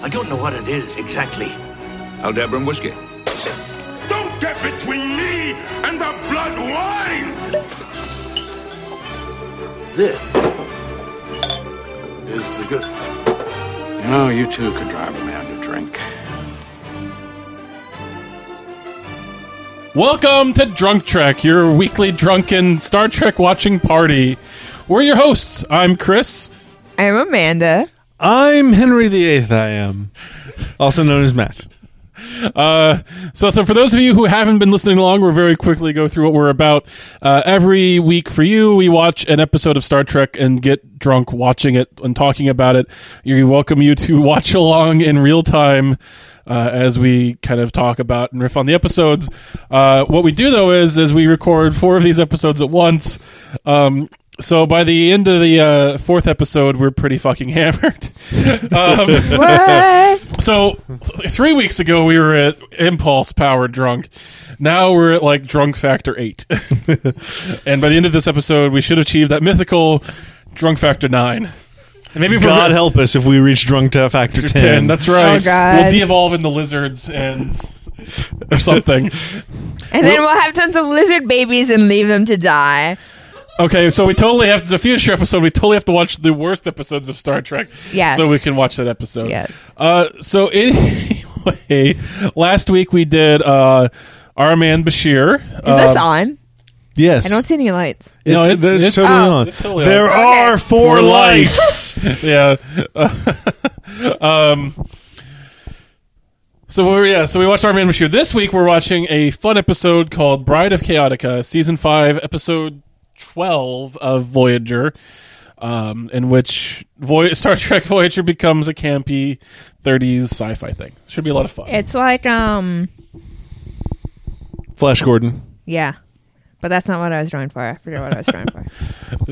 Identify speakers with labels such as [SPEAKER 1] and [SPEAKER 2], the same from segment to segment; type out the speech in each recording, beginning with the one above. [SPEAKER 1] I don't know what it is exactly.
[SPEAKER 2] Aldabra and whiskey.
[SPEAKER 3] Don't get between me and the blood wine!
[SPEAKER 4] This is the good stuff.
[SPEAKER 5] You know, you too could drive a man to drink.
[SPEAKER 6] Welcome to Drunk Trek, your weekly drunken Star Trek watching party. We're your hosts. I'm Chris.
[SPEAKER 7] I'm Amanda.
[SPEAKER 8] I'm Henry VIII. I am, also known as Matt.
[SPEAKER 6] Uh, so, so for those of you who haven't been listening along, we'll very quickly go through what we're about. Uh, every week for you, we watch an episode of Star Trek and get drunk watching it and talking about it. We welcome you to watch along in real time. Uh, as we kind of talk about and riff on the episodes, uh, what we do though is is we record four of these episodes at once. Um, so by the end of the uh, fourth episode, we're pretty fucking hammered. um,
[SPEAKER 7] What?
[SPEAKER 6] so th- three weeks ago we were at impulse power drunk. Now we're at like drunk factor eight, and by the end of this episode, we should achieve that mythical drunk factor nine. And maybe if we're-
[SPEAKER 8] God help us if we reach drunk to factor
[SPEAKER 6] ten.
[SPEAKER 8] ten.
[SPEAKER 6] That's right.
[SPEAKER 7] Oh, God.
[SPEAKER 6] We'll de-evolve into lizards and or something.
[SPEAKER 7] and then we'll have tons of lizard babies and leave them to die.
[SPEAKER 6] Okay, so we totally have to, the future episode. We totally have to watch the worst episodes of Star Trek.
[SPEAKER 7] Yes.
[SPEAKER 6] So we can watch that episode.
[SPEAKER 7] Yes.
[SPEAKER 6] Uh, so anyway, last week we did uh, our man Bashir. uh,
[SPEAKER 7] Is this
[SPEAKER 6] Um,
[SPEAKER 7] on?
[SPEAKER 8] yes.
[SPEAKER 7] I don't see any lights.
[SPEAKER 8] It's,
[SPEAKER 6] No,
[SPEAKER 8] no,
[SPEAKER 6] it's-
[SPEAKER 8] it's,
[SPEAKER 6] it's-
[SPEAKER 8] totally
[SPEAKER 7] Oh.
[SPEAKER 8] on.
[SPEAKER 6] It's totally on.
[SPEAKER 8] there
[SPEAKER 7] Okay.
[SPEAKER 8] are four,
[SPEAKER 6] Four
[SPEAKER 8] lights.
[SPEAKER 6] yeah. um. So we're, yeah, so we watched Our Man Bashir. This week we're watching a fun episode called Bride of Chaotica, season five, episode twelve of Voyager, um, in which Voy- Star Trek Voyager becomes a campy '30s sci-fi thing. Should be a lot of fun.
[SPEAKER 7] It's like um
[SPEAKER 8] Flash Gordon.
[SPEAKER 7] yeah. But that's not what I was drawing for. I forget what I was drawing for.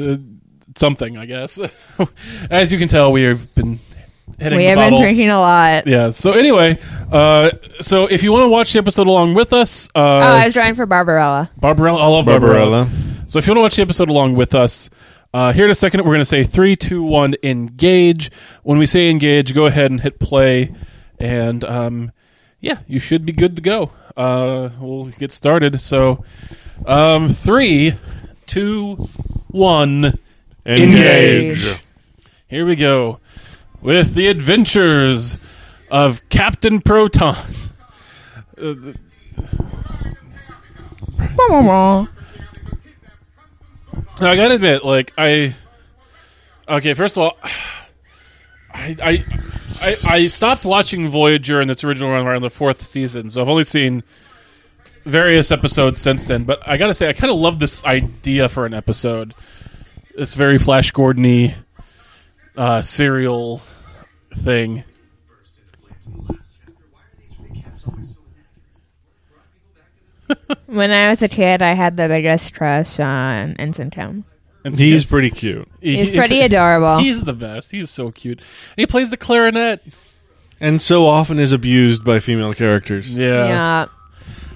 [SPEAKER 6] Uh, something, I guess. As you can tell, we have been hitting
[SPEAKER 7] we
[SPEAKER 6] the
[SPEAKER 7] have been
[SPEAKER 6] bottle.
[SPEAKER 7] drinking a lot.
[SPEAKER 6] Yeah. So anyway, uh, so if you want to watch the episode along with us, uh,
[SPEAKER 7] Oh, I was drawing for Barbarella.
[SPEAKER 6] Barbarella. I love Barbarella. So if you want to watch the episode along with us, uh, here in a second, we're going to say three, two, one, engage. When we say engage, go ahead and hit play, and um, yeah, you should be good to go. Uh, we'll get started. So um, three, two, one, engage. Here we go with the adventures of Captain Proton. Now, I gotta admit, like I, okay. First of all, I I I, I stopped watching Voyager in its original run around the fourth season, so I've only seen various episodes since then. But I gotta say, I kind of love this idea for an episode. This very Flash Gordon-y uh, serial thing.
[SPEAKER 7] When I was a kid I had the biggest crush on Ensign Kim.
[SPEAKER 6] And
[SPEAKER 8] He's pretty cute.
[SPEAKER 6] he-
[SPEAKER 7] He's pretty adorable.
[SPEAKER 6] He's the best. He's so cute. And he plays the clarinet.
[SPEAKER 8] And so often is abused by female characters.
[SPEAKER 6] Yeah.
[SPEAKER 7] yeah.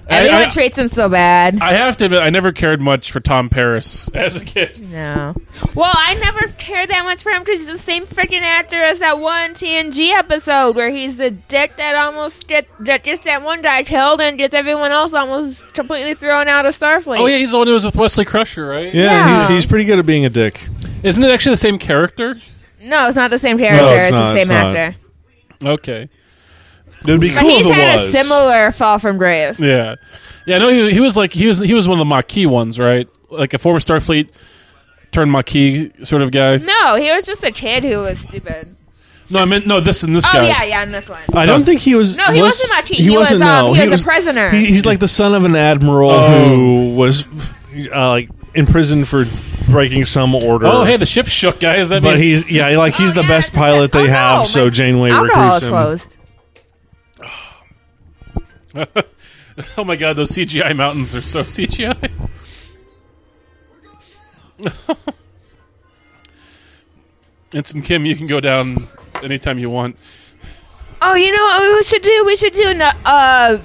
[SPEAKER 6] I-
[SPEAKER 7] Everyone
[SPEAKER 6] I-
[SPEAKER 7] treats him so bad.
[SPEAKER 6] I have to admit, I never cared much for Tom Paris as a kid.
[SPEAKER 7] No. Well, I never cared that much for him because he's the same freaking actor as that one TNG episode where he's the dick that almost get that gets that one guy killed and gets everyone else almost completely thrown out of Starfleet.
[SPEAKER 6] Oh yeah, he's the one who was with Wesley Crusher, right?
[SPEAKER 8] Yeah,
[SPEAKER 7] Yeah.
[SPEAKER 8] He's, he's pretty good at being a dick.
[SPEAKER 6] Isn't it actually the same character?
[SPEAKER 7] No, it's not the same character.
[SPEAKER 8] No, it's
[SPEAKER 7] it's,
[SPEAKER 8] not,
[SPEAKER 7] the
[SPEAKER 8] it's
[SPEAKER 7] same
[SPEAKER 8] not.
[SPEAKER 7] actor.
[SPEAKER 6] Okay.
[SPEAKER 8] It would be
[SPEAKER 7] But
[SPEAKER 8] cool
[SPEAKER 7] he's
[SPEAKER 8] if it
[SPEAKER 7] had
[SPEAKER 8] was.
[SPEAKER 7] a similar fall from grace.
[SPEAKER 6] Yeah. Yeah. No, he, he was like he was he was one of the Maquis ones, right? Like a former Starfleet turned Maquis sort of guy.
[SPEAKER 7] No, he was just a kid who was stupid.
[SPEAKER 6] No, I meant no. This and this
[SPEAKER 7] Oh
[SPEAKER 6] guy.
[SPEAKER 7] yeah, yeah, in this one.
[SPEAKER 8] I don't think he was.
[SPEAKER 7] No, he
[SPEAKER 8] was,
[SPEAKER 7] wasn't Maquis. He was, um, he was a prisoner.
[SPEAKER 8] he- he's like the son of an admiral
[SPEAKER 6] Oh.
[SPEAKER 8] who was uh, like imprisoned for breaking some order.
[SPEAKER 6] Oh hey, the ship shook, guys. That
[SPEAKER 8] but
[SPEAKER 6] means
[SPEAKER 8] he's yeah, like he's
[SPEAKER 7] Oh,
[SPEAKER 8] the
[SPEAKER 7] yeah,
[SPEAKER 8] best
[SPEAKER 7] that's
[SPEAKER 8] pilot
[SPEAKER 7] it. Oh,
[SPEAKER 8] they
[SPEAKER 7] no,
[SPEAKER 8] have.
[SPEAKER 7] my
[SPEAKER 8] so Janeway
[SPEAKER 7] Alcohol
[SPEAKER 8] recruits
[SPEAKER 7] is
[SPEAKER 8] him.
[SPEAKER 7] closed.
[SPEAKER 6] Oh my god, those CGI mountains are so CGI. Ensign Kim, you can go down anytime you want.
[SPEAKER 7] Oh, you know what we should do? We should do a uh,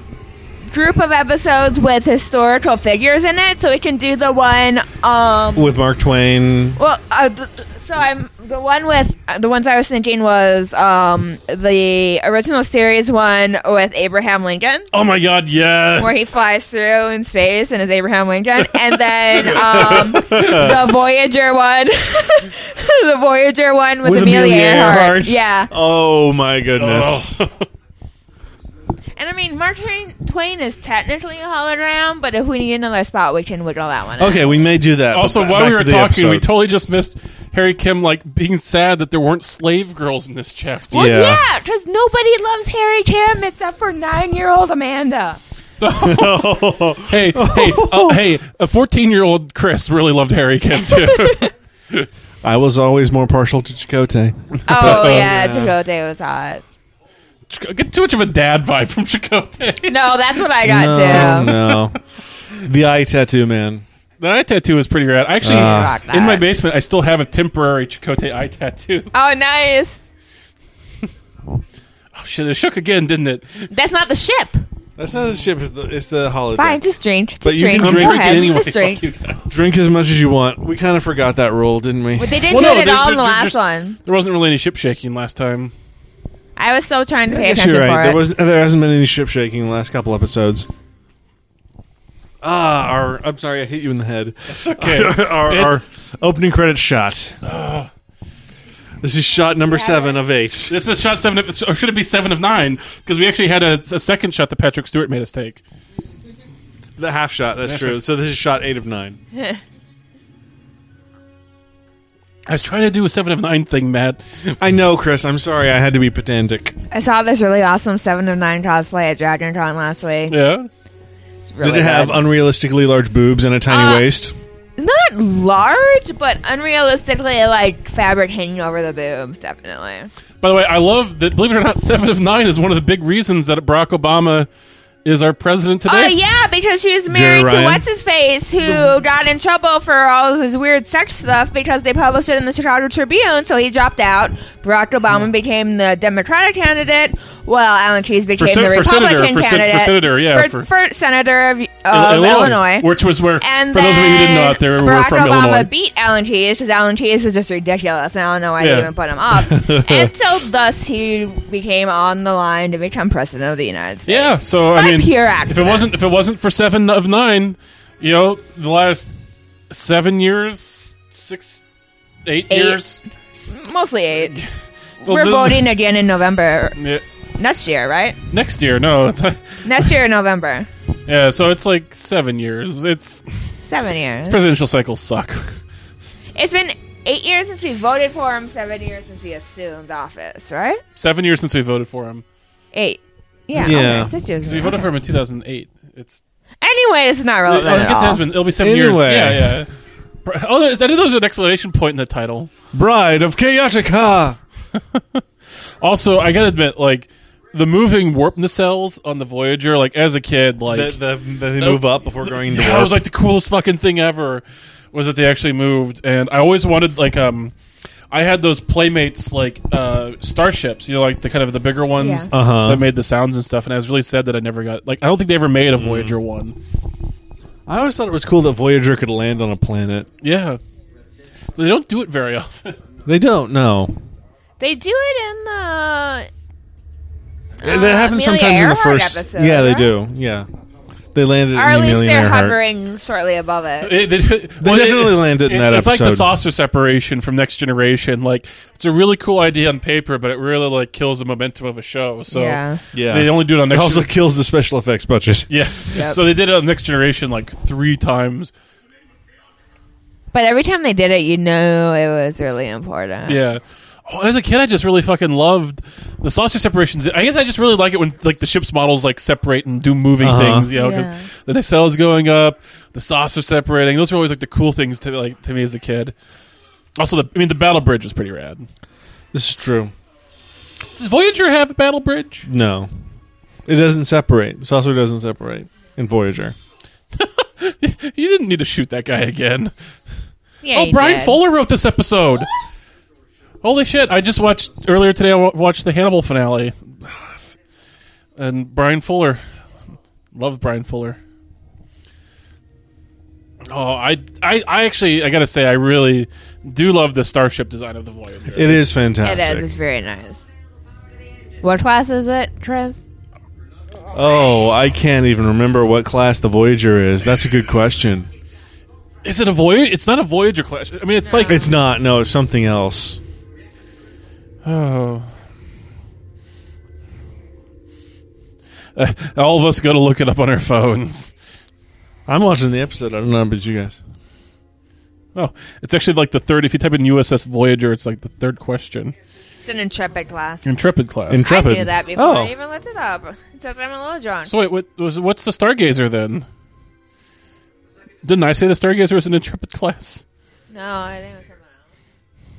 [SPEAKER 7] group of episodes with historical figures in it, so we can do the one. Um,
[SPEAKER 8] with Mark Twain.
[SPEAKER 7] well, uh, th- th- So I'm the one with uh, the ones I was thinking was um the original series one with Abraham Lincoln.
[SPEAKER 6] Oh my god, yes.
[SPEAKER 7] Where he flies through in space and is Abraham Lincoln, and then um, the Voyager one, the Voyager one with,
[SPEAKER 8] With
[SPEAKER 7] Amelia,
[SPEAKER 8] Amelia
[SPEAKER 7] Earhart.
[SPEAKER 8] Earhart.
[SPEAKER 7] Yeah,
[SPEAKER 8] Oh my goodness.
[SPEAKER 6] Oh.
[SPEAKER 7] and I mean Martin Twain is technically a hologram, but if we need another spot, we can wiggle that one. out.
[SPEAKER 8] Okay, we may do that.
[SPEAKER 6] also,
[SPEAKER 8] but
[SPEAKER 6] while
[SPEAKER 8] back
[SPEAKER 6] we
[SPEAKER 8] to
[SPEAKER 6] were
[SPEAKER 8] the
[SPEAKER 6] talking, we
[SPEAKER 8] episode.
[SPEAKER 6] totally just missed Harry Kim like being sad that there weren't slave girls in this chapter.
[SPEAKER 7] Well,
[SPEAKER 8] Yeah.
[SPEAKER 7] yeah, because nobody loves Harry Kim except for nine-year-old Amanda.
[SPEAKER 6] Hey, hey, uh, hey! A fourteen-year-old Chris really loved Harry Kim too.
[SPEAKER 8] I was always more partial to Chicote.
[SPEAKER 7] Oh yeah, Chicote was hot.
[SPEAKER 6] Get too much of a dad vibe from Chicote.
[SPEAKER 7] No, that's what I got
[SPEAKER 8] no,
[SPEAKER 7] too.
[SPEAKER 8] no. The eye tattoo man.
[SPEAKER 6] The eye tattoo is pretty rad. Actually,
[SPEAKER 8] Uh,
[SPEAKER 7] Ah.
[SPEAKER 6] in my basement, I still have a temporary Chicote eye tattoo.
[SPEAKER 7] Oh, nice.
[SPEAKER 6] Oh shit! It shook again, didn't it?
[SPEAKER 7] That's not the ship.
[SPEAKER 8] That's not the ship. It's the, it's the holiday.
[SPEAKER 7] Fine, just drink. Just
[SPEAKER 8] But you
[SPEAKER 7] drink.
[SPEAKER 8] can
[SPEAKER 7] Go
[SPEAKER 8] drink it
[SPEAKER 7] ahead.
[SPEAKER 6] anyway.
[SPEAKER 7] Just drink.
[SPEAKER 6] Fuck you guys.
[SPEAKER 8] Drink as much as you want. We kind of forgot that rule, didn't we?
[SPEAKER 7] But they didn't
[SPEAKER 6] Well,
[SPEAKER 7] do
[SPEAKER 6] no,
[SPEAKER 7] it at
[SPEAKER 6] they-
[SPEAKER 7] all in
[SPEAKER 6] they're-
[SPEAKER 7] the
[SPEAKER 6] they're
[SPEAKER 7] last
[SPEAKER 6] just-
[SPEAKER 7] one.
[SPEAKER 6] There wasn't really any ship shaking last time.
[SPEAKER 7] I was still trying to pay
[SPEAKER 8] I guess
[SPEAKER 7] attention
[SPEAKER 8] you're right.
[SPEAKER 7] for
[SPEAKER 8] There
[SPEAKER 7] it.
[SPEAKER 8] was there hasn't been any ship shaking in the last couple episodes. Ah, our I'm sorry, I hit you in the head. That's
[SPEAKER 6] okay.
[SPEAKER 8] our,
[SPEAKER 6] It's-
[SPEAKER 8] our opening credit shot. this is shot number seven of eight.
[SPEAKER 6] This is shot seven, of, or should it be seven of nine? Because we actually had a, a second shot that Patrick Stewart made us take.
[SPEAKER 8] The half shot. That's true. So this is shot eight of nine.
[SPEAKER 6] I was trying to do a seven of nine thing, Matt.
[SPEAKER 8] I know, Chris. I'm sorry. I had to be pedantic.
[SPEAKER 7] I saw this really awesome Seven of Nine cosplay at Dragon Con last week.
[SPEAKER 6] Yeah,
[SPEAKER 7] It's really
[SPEAKER 8] Did it have
[SPEAKER 7] good.
[SPEAKER 8] unrealistically large boobs and a tiny
[SPEAKER 7] Uh,
[SPEAKER 8] waist?
[SPEAKER 7] not large, but unrealistically like fabric hanging over the boobs? Definitely.
[SPEAKER 6] By the way, I love that. Believe it or not, seven of nine is one of the big reasons that Barack Obama is our president
[SPEAKER 7] Oh
[SPEAKER 6] today.
[SPEAKER 7] yeah, because she was married to
[SPEAKER 8] Ryan?
[SPEAKER 7] what's his face, who got in trouble for all of his weird sex stuff because they published it in the Chicago Tribune. So he dropped out. Barack Obama became the Democratic candidate, while Alan Keyes became
[SPEAKER 6] sen-
[SPEAKER 7] the
[SPEAKER 6] Hmm. for senator,
[SPEAKER 7] Republican
[SPEAKER 6] for sen- for
[SPEAKER 7] candidate.
[SPEAKER 6] senator, yeah,
[SPEAKER 7] for,
[SPEAKER 6] for-
[SPEAKER 7] for senator of, of
[SPEAKER 6] In-
[SPEAKER 7] Oh, Illinois.
[SPEAKER 6] which was where,
[SPEAKER 7] And
[SPEAKER 6] for those of you who didn't know
[SPEAKER 7] then
[SPEAKER 6] out there, we're
[SPEAKER 7] Barack
[SPEAKER 6] from
[SPEAKER 7] Obama
[SPEAKER 6] Illinois.
[SPEAKER 7] beat Alan Keyes because Alan Keyes was just ridiculous, and I don't know why
[SPEAKER 6] Yeah.
[SPEAKER 7] they even put him up. and so, thus, he became on the line to become president of the United States.
[SPEAKER 6] yeah, so
[SPEAKER 7] By
[SPEAKER 6] I mean,
[SPEAKER 7] pure
[SPEAKER 6] if it
[SPEAKER 7] accident.
[SPEAKER 6] wasn't if it wasn't for seven of nine, you know, the last seven years, six, eight,
[SPEAKER 7] Eight.
[SPEAKER 6] years.
[SPEAKER 7] Mostly eight.
[SPEAKER 6] Well,
[SPEAKER 7] We're
[SPEAKER 6] the-
[SPEAKER 7] voting again in November
[SPEAKER 6] Yeah,
[SPEAKER 7] next year, right?
[SPEAKER 6] next year, no, it's
[SPEAKER 7] Next year in November.
[SPEAKER 6] yeah. So it's like seven years. It's
[SPEAKER 7] Seven
[SPEAKER 8] Eh.
[SPEAKER 7] years.
[SPEAKER 6] presidential cycles suck.
[SPEAKER 7] It's been eight years since we voted for him. Seven years since he assumed office, right?
[SPEAKER 6] Seven years since we voted for him.
[SPEAKER 7] Eight. Yeah.
[SPEAKER 8] Yeah.
[SPEAKER 7] Okay, six years.
[SPEAKER 6] So we voted for him in 2008. It's
[SPEAKER 7] Anyway, it's not
[SPEAKER 6] oh,
[SPEAKER 7] relevant
[SPEAKER 6] I
[SPEAKER 7] at
[SPEAKER 6] guess
[SPEAKER 7] all.
[SPEAKER 6] it has been. It'll be seven
[SPEAKER 8] Anyway.
[SPEAKER 6] years. Yeah, yeah. Br- Oh, there's- I think there was an exclamation point in the title.
[SPEAKER 8] Bride of Chaotica.
[SPEAKER 6] Also, I gotta admit, like the moving warp nacelles on the Voyager, like as a kid, like
[SPEAKER 8] the, the, they move up before going to
[SPEAKER 6] Yeah,
[SPEAKER 8] warp.
[SPEAKER 6] it oh, was like the coolest fucking thing ever was that they actually moved and I always wanted like um I had those playmates like uh starships, you know, like the kind of the bigger ones
[SPEAKER 7] Yeah.
[SPEAKER 8] Uh-huh.
[SPEAKER 6] that made the sounds and stuff and I was really sad that I never got like I don't think they ever made
[SPEAKER 8] Mm.
[SPEAKER 6] a Voyager one.
[SPEAKER 8] I always thought it was cool that Voyager could land on a planet.
[SPEAKER 6] Yeah. They don't do it very often.
[SPEAKER 8] They don't know.
[SPEAKER 7] They do it in the.
[SPEAKER 8] that happens
[SPEAKER 7] Ah, Amelia
[SPEAKER 8] sometimes in the
[SPEAKER 7] Earhart
[SPEAKER 8] first.
[SPEAKER 7] episode,
[SPEAKER 8] yeah, they
[SPEAKER 7] right?
[SPEAKER 8] do. Yeah, they landed.
[SPEAKER 7] Or
[SPEAKER 8] in
[SPEAKER 7] at least
[SPEAKER 8] Amelia
[SPEAKER 7] they're
[SPEAKER 8] Earhart.
[SPEAKER 7] hovering shortly above it.
[SPEAKER 6] It- they well,
[SPEAKER 8] definitely land it
[SPEAKER 6] it's,
[SPEAKER 8] in that
[SPEAKER 6] It's like the
[SPEAKER 8] episode.
[SPEAKER 6] saucer separation from Next Generation. Like it's a really cool idea on paper, but it really like kills the momentum of a show. So
[SPEAKER 7] Yeah.
[SPEAKER 8] Yeah.
[SPEAKER 6] they only do it on
[SPEAKER 8] It
[SPEAKER 6] Next.
[SPEAKER 8] also
[SPEAKER 6] Generation.
[SPEAKER 8] kills the special effects budget.
[SPEAKER 6] yeah,
[SPEAKER 7] Yep.
[SPEAKER 6] so they did it on Next Generation like three times.
[SPEAKER 7] But every time they did it, you know it was really important.
[SPEAKER 6] Yeah. Oh, as a kid, I just really fucking loved the saucer separations. I guess I just really like it when like the ship's models like separate and do moving
[SPEAKER 8] Uh-huh.
[SPEAKER 6] things, you know, because
[SPEAKER 7] Yeah.
[SPEAKER 6] the nacelles going up, the saucer separating. Those are always like the cool things to like to me as a kid. Also, the I mean, the battle bridge was pretty rad.
[SPEAKER 8] This is true.
[SPEAKER 6] Does Voyager have a battle bridge?
[SPEAKER 8] No, it doesn't separate. The saucer doesn't separate in Voyager.
[SPEAKER 6] You didn't need to shoot that guy again.
[SPEAKER 7] Yeah,
[SPEAKER 6] oh,
[SPEAKER 7] you
[SPEAKER 6] Brian
[SPEAKER 7] did.
[SPEAKER 6] Fuller wrote this episode. Holy shit! I just watched earlier today. I wa- watched the Hannibal finale, and Brian Fuller, love Brian Fuller. Oh, I, I, I actually, I gotta say, I really do love the starship design of the Voyager.
[SPEAKER 8] It is
[SPEAKER 7] It
[SPEAKER 8] fantastic.
[SPEAKER 7] is. It's very nice. What class is it, Tris?
[SPEAKER 8] Oh, I can't even remember what class the Voyager is. That's a good question.
[SPEAKER 6] Is it a Voyager? It's not a Voyager clash. I mean, it's like
[SPEAKER 8] It's not. No, it's something else.
[SPEAKER 6] Oh. Uh, all of us got to look it up on our phones.
[SPEAKER 8] I'm watching the episode. I don't know about you guys.
[SPEAKER 6] Oh, it's actually like the third. If you type in USS Voyager, it's like the third question.
[SPEAKER 7] It's an intrepid class.
[SPEAKER 6] Intrepid class.
[SPEAKER 8] Int-
[SPEAKER 7] I knew
[SPEAKER 8] Intrepid.
[SPEAKER 7] that before
[SPEAKER 8] Oh.
[SPEAKER 7] I even looked it up. Except I'm a little drunk.
[SPEAKER 6] so wait, what was what's the Stargazer then? Didn't I say the Stargazer was an intrepid class?
[SPEAKER 7] No, I think it was someone else.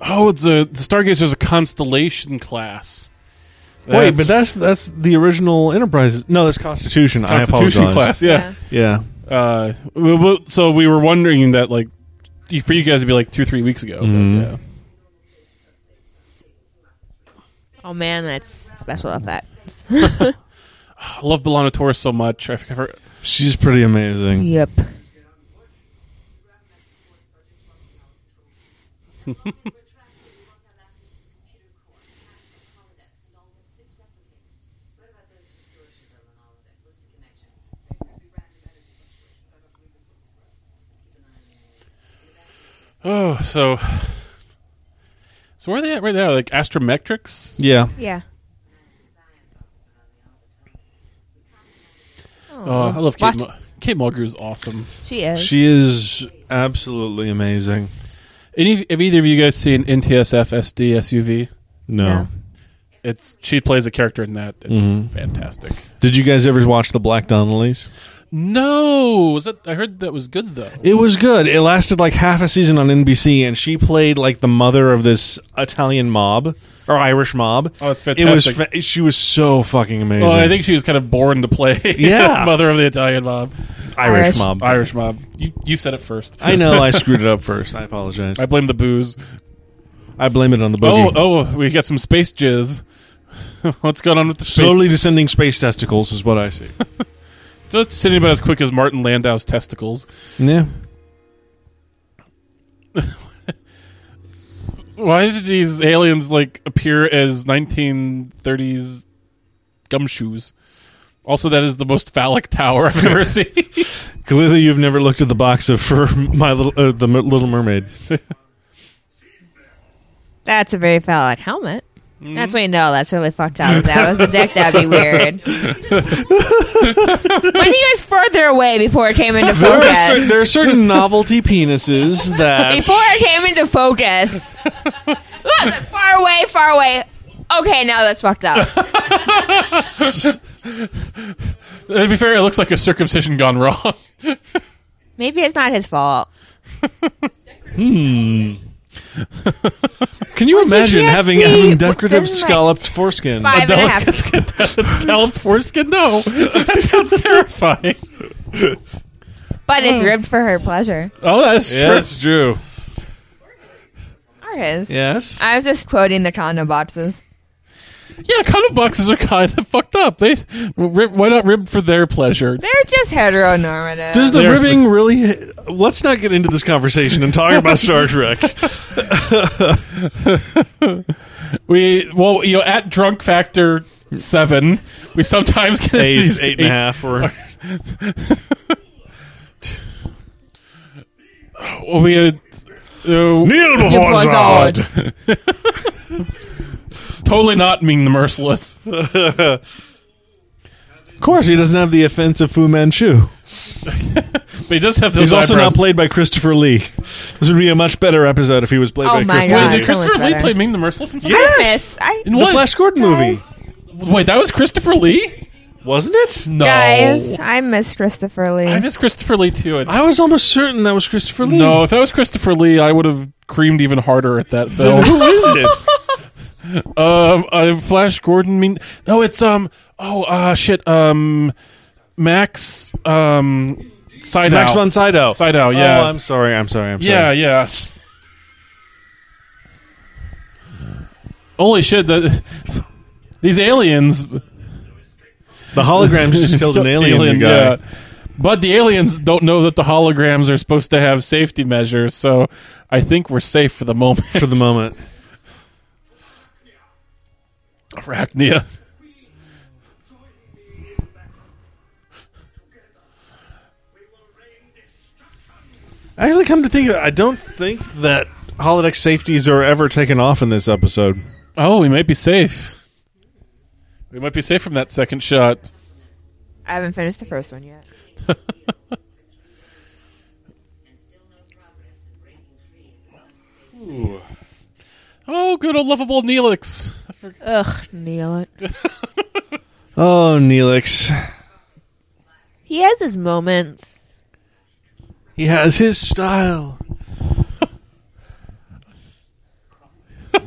[SPEAKER 6] Oh, it's a the Stargazer is a constellation class.
[SPEAKER 8] Wait, but that's that's the original Enterprise. No, that's Constitution.
[SPEAKER 6] Constitution
[SPEAKER 8] I apologize.
[SPEAKER 6] class. yeah.
[SPEAKER 8] Yeah.
[SPEAKER 6] Uh, w- w- so we were wondering that, like, y- for you guys to be like two, three weeks ago. but, yeah.
[SPEAKER 7] Oh man, that's special effects.
[SPEAKER 6] I love Belana Torres so much. I forget her-
[SPEAKER 8] She's pretty amazing.
[SPEAKER 7] yep.
[SPEAKER 6] Oh, so so where are they at right now? Like Astrometrics.
[SPEAKER 8] Yeah.
[SPEAKER 7] Yeah.
[SPEAKER 6] Oh, I love Kate.
[SPEAKER 7] What?
[SPEAKER 6] Mu- Kate Mulgrew is awesome.
[SPEAKER 7] She is.
[SPEAKER 8] She is absolutely amazing.
[SPEAKER 6] Any have either of you guys seen NTSF SD SUV?
[SPEAKER 8] No.
[SPEAKER 7] Yeah.
[SPEAKER 6] It's she plays a character in that. It's
[SPEAKER 8] Mm-hmm.
[SPEAKER 6] fantastic.
[SPEAKER 8] Did you guys ever watch the Black Donnellys?
[SPEAKER 6] No, was that I heard that was good though.
[SPEAKER 8] It was good. It lasted like half a season on NBC, and she played like the mother of this Italian mob or Irish mob.
[SPEAKER 6] Oh, that's
[SPEAKER 8] It was.
[SPEAKER 6] fantastic.
[SPEAKER 8] Fa- she was so fucking amazing.
[SPEAKER 6] well, Oh, I think she was kind of born to play
[SPEAKER 8] Yeah.
[SPEAKER 6] mother of the Italian mob,
[SPEAKER 8] Irish,
[SPEAKER 7] Irish.
[SPEAKER 8] mob.
[SPEAKER 6] Irish mob. You you said it first.
[SPEAKER 8] I know. I screwed it up first. I apologize.
[SPEAKER 6] I blame the booze.
[SPEAKER 8] I blame it on the boogie.
[SPEAKER 6] Oh oh, we got some space jizz. What's going on with the space?
[SPEAKER 8] Slowly descending space testicles is what I see.
[SPEAKER 6] That's sitting about as quick as Martin Landau's testicles.
[SPEAKER 8] yeah.
[SPEAKER 6] Why did these aliens like appear as 1930s gumshoes? Also, that is the most phallic tower I've ever seen.
[SPEAKER 8] Clearly, you've never looked at the box of for my little uh, the M- Little Mermaid.
[SPEAKER 7] That's a very phallic helmet.
[SPEAKER 6] Mm-hmm.
[SPEAKER 7] That's what you know. That's really fucked up. If that was the dick. That'd be weird. when you guys further away before it came into
[SPEAKER 8] There are,
[SPEAKER 7] focus?
[SPEAKER 8] cer- there are certain novelty penises that
[SPEAKER 7] Before it came into focus. Look, far away, far away. Okay, now that's fucked up.
[SPEAKER 6] to be fair, it looks like a circumcision gone wrong.
[SPEAKER 7] Maybe it's not his fault.
[SPEAKER 8] Can you imagine
[SPEAKER 7] can't
[SPEAKER 8] having
[SPEAKER 7] see
[SPEAKER 8] a decorative
[SPEAKER 7] with the light.
[SPEAKER 8] scalloped foreskin?
[SPEAKER 7] Five and a half.
[SPEAKER 6] Delicate skin, delicate scalloped foreskin. No, that sounds terrifying.
[SPEAKER 7] But
[SPEAKER 6] Hmm.
[SPEAKER 7] it's ribbed for her pleasure.
[SPEAKER 6] Oh, that's
[SPEAKER 8] Yes, Drew.
[SPEAKER 7] Or his.
[SPEAKER 8] Yes.
[SPEAKER 7] I was just quoting the condom boxes.
[SPEAKER 6] true. Yeah, condom boxes are kind of fucked up. They rib, why not rib for their pleasure?
[SPEAKER 7] They're just heteronormative.
[SPEAKER 8] Does the
[SPEAKER 6] There's-
[SPEAKER 8] ribbing really? Let's not get into this conversation and talk about Star Trek.
[SPEAKER 6] We well, you know, at drunk factor seven, we sometimes get
[SPEAKER 8] Eight,
[SPEAKER 6] these
[SPEAKER 8] eight and a half, or
[SPEAKER 6] Well, we had, uh,
[SPEAKER 8] Neil
[SPEAKER 7] before Zod.
[SPEAKER 6] totally not mean the merciless.
[SPEAKER 8] Of course, he doesn't have the offensive Fu Manchu.
[SPEAKER 6] But he does have those.
[SPEAKER 8] He's also
[SPEAKER 6] eyebrows.
[SPEAKER 8] not played by Christopher Lee. This would be a much better episode if he was played
[SPEAKER 7] Oh
[SPEAKER 8] by
[SPEAKER 7] my
[SPEAKER 8] Christopher
[SPEAKER 7] God.
[SPEAKER 8] Lee.
[SPEAKER 6] Did Christopher
[SPEAKER 7] So much
[SPEAKER 6] Lee
[SPEAKER 7] better.
[SPEAKER 6] play Mean the Merciless? In something?
[SPEAKER 7] I miss. I,
[SPEAKER 6] In
[SPEAKER 8] The
[SPEAKER 6] what?
[SPEAKER 8] Flash Gordon movie,
[SPEAKER 7] Guys,
[SPEAKER 6] Wait, that was Christopher Lee.
[SPEAKER 8] wasn't it?
[SPEAKER 6] No,
[SPEAKER 7] guys, I miss Christopher Lee.
[SPEAKER 6] I miss Christopher Lee too. It's,
[SPEAKER 8] I was almost certain that was Christopher Lee.
[SPEAKER 6] no, if that was Christopher Lee, I would have creamed even harder at that
[SPEAKER 8] Then
[SPEAKER 6] film.
[SPEAKER 8] who is it?
[SPEAKER 6] um, uh, Flash Gordon. Mean no, it's um. Oh, uh, shit. Um, Max. Um, Sidow.
[SPEAKER 8] Max von Sydow.
[SPEAKER 6] Sydow, yeah.
[SPEAKER 8] Oh, I'm sorry. I'm sorry. I'm sorry.
[SPEAKER 6] Yeah, yeah. Holy shit! The, these aliens
[SPEAKER 8] The hologram just killed an alien, you guy.
[SPEAKER 6] yeah. But the aliens don't know that the holograms are supposed to have safety measures, so I think we're safe for the moment.
[SPEAKER 8] for the moment.
[SPEAKER 6] Arachnia.
[SPEAKER 8] Actually, come to think of it, I don't think that holodeck safeties are ever taken off in this episode.
[SPEAKER 6] Oh, we might be safe. We might be safe from that second shot.
[SPEAKER 7] I haven't finished the first one yet.
[SPEAKER 6] Oh, good old lovable Neelix. I forg-
[SPEAKER 7] Ugh, Neil. it.
[SPEAKER 8] Oh, Neelix.
[SPEAKER 7] He has his moments.
[SPEAKER 8] He has his style.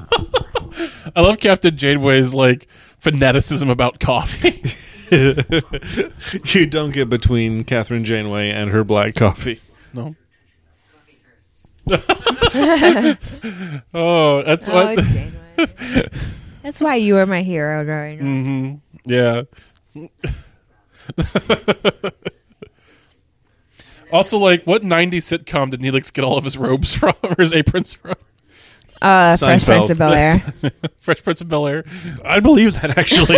[SPEAKER 6] I love Captain Janeway's like fanaticism about coffee.
[SPEAKER 8] You don't get between Catherine Janeway and her black coffee.
[SPEAKER 6] No. oh, that's what.
[SPEAKER 7] That's why you are my hero, growing up.
[SPEAKER 6] Yeah. also, like, what 90s sitcom did Neelix get all of his robes from, or his aprons from?
[SPEAKER 7] Uh, Fresh
[SPEAKER 8] Seinfeld.
[SPEAKER 7] Prince of Bel Air.
[SPEAKER 6] Fresh Prince of Bel Air.
[SPEAKER 8] I believe that actually.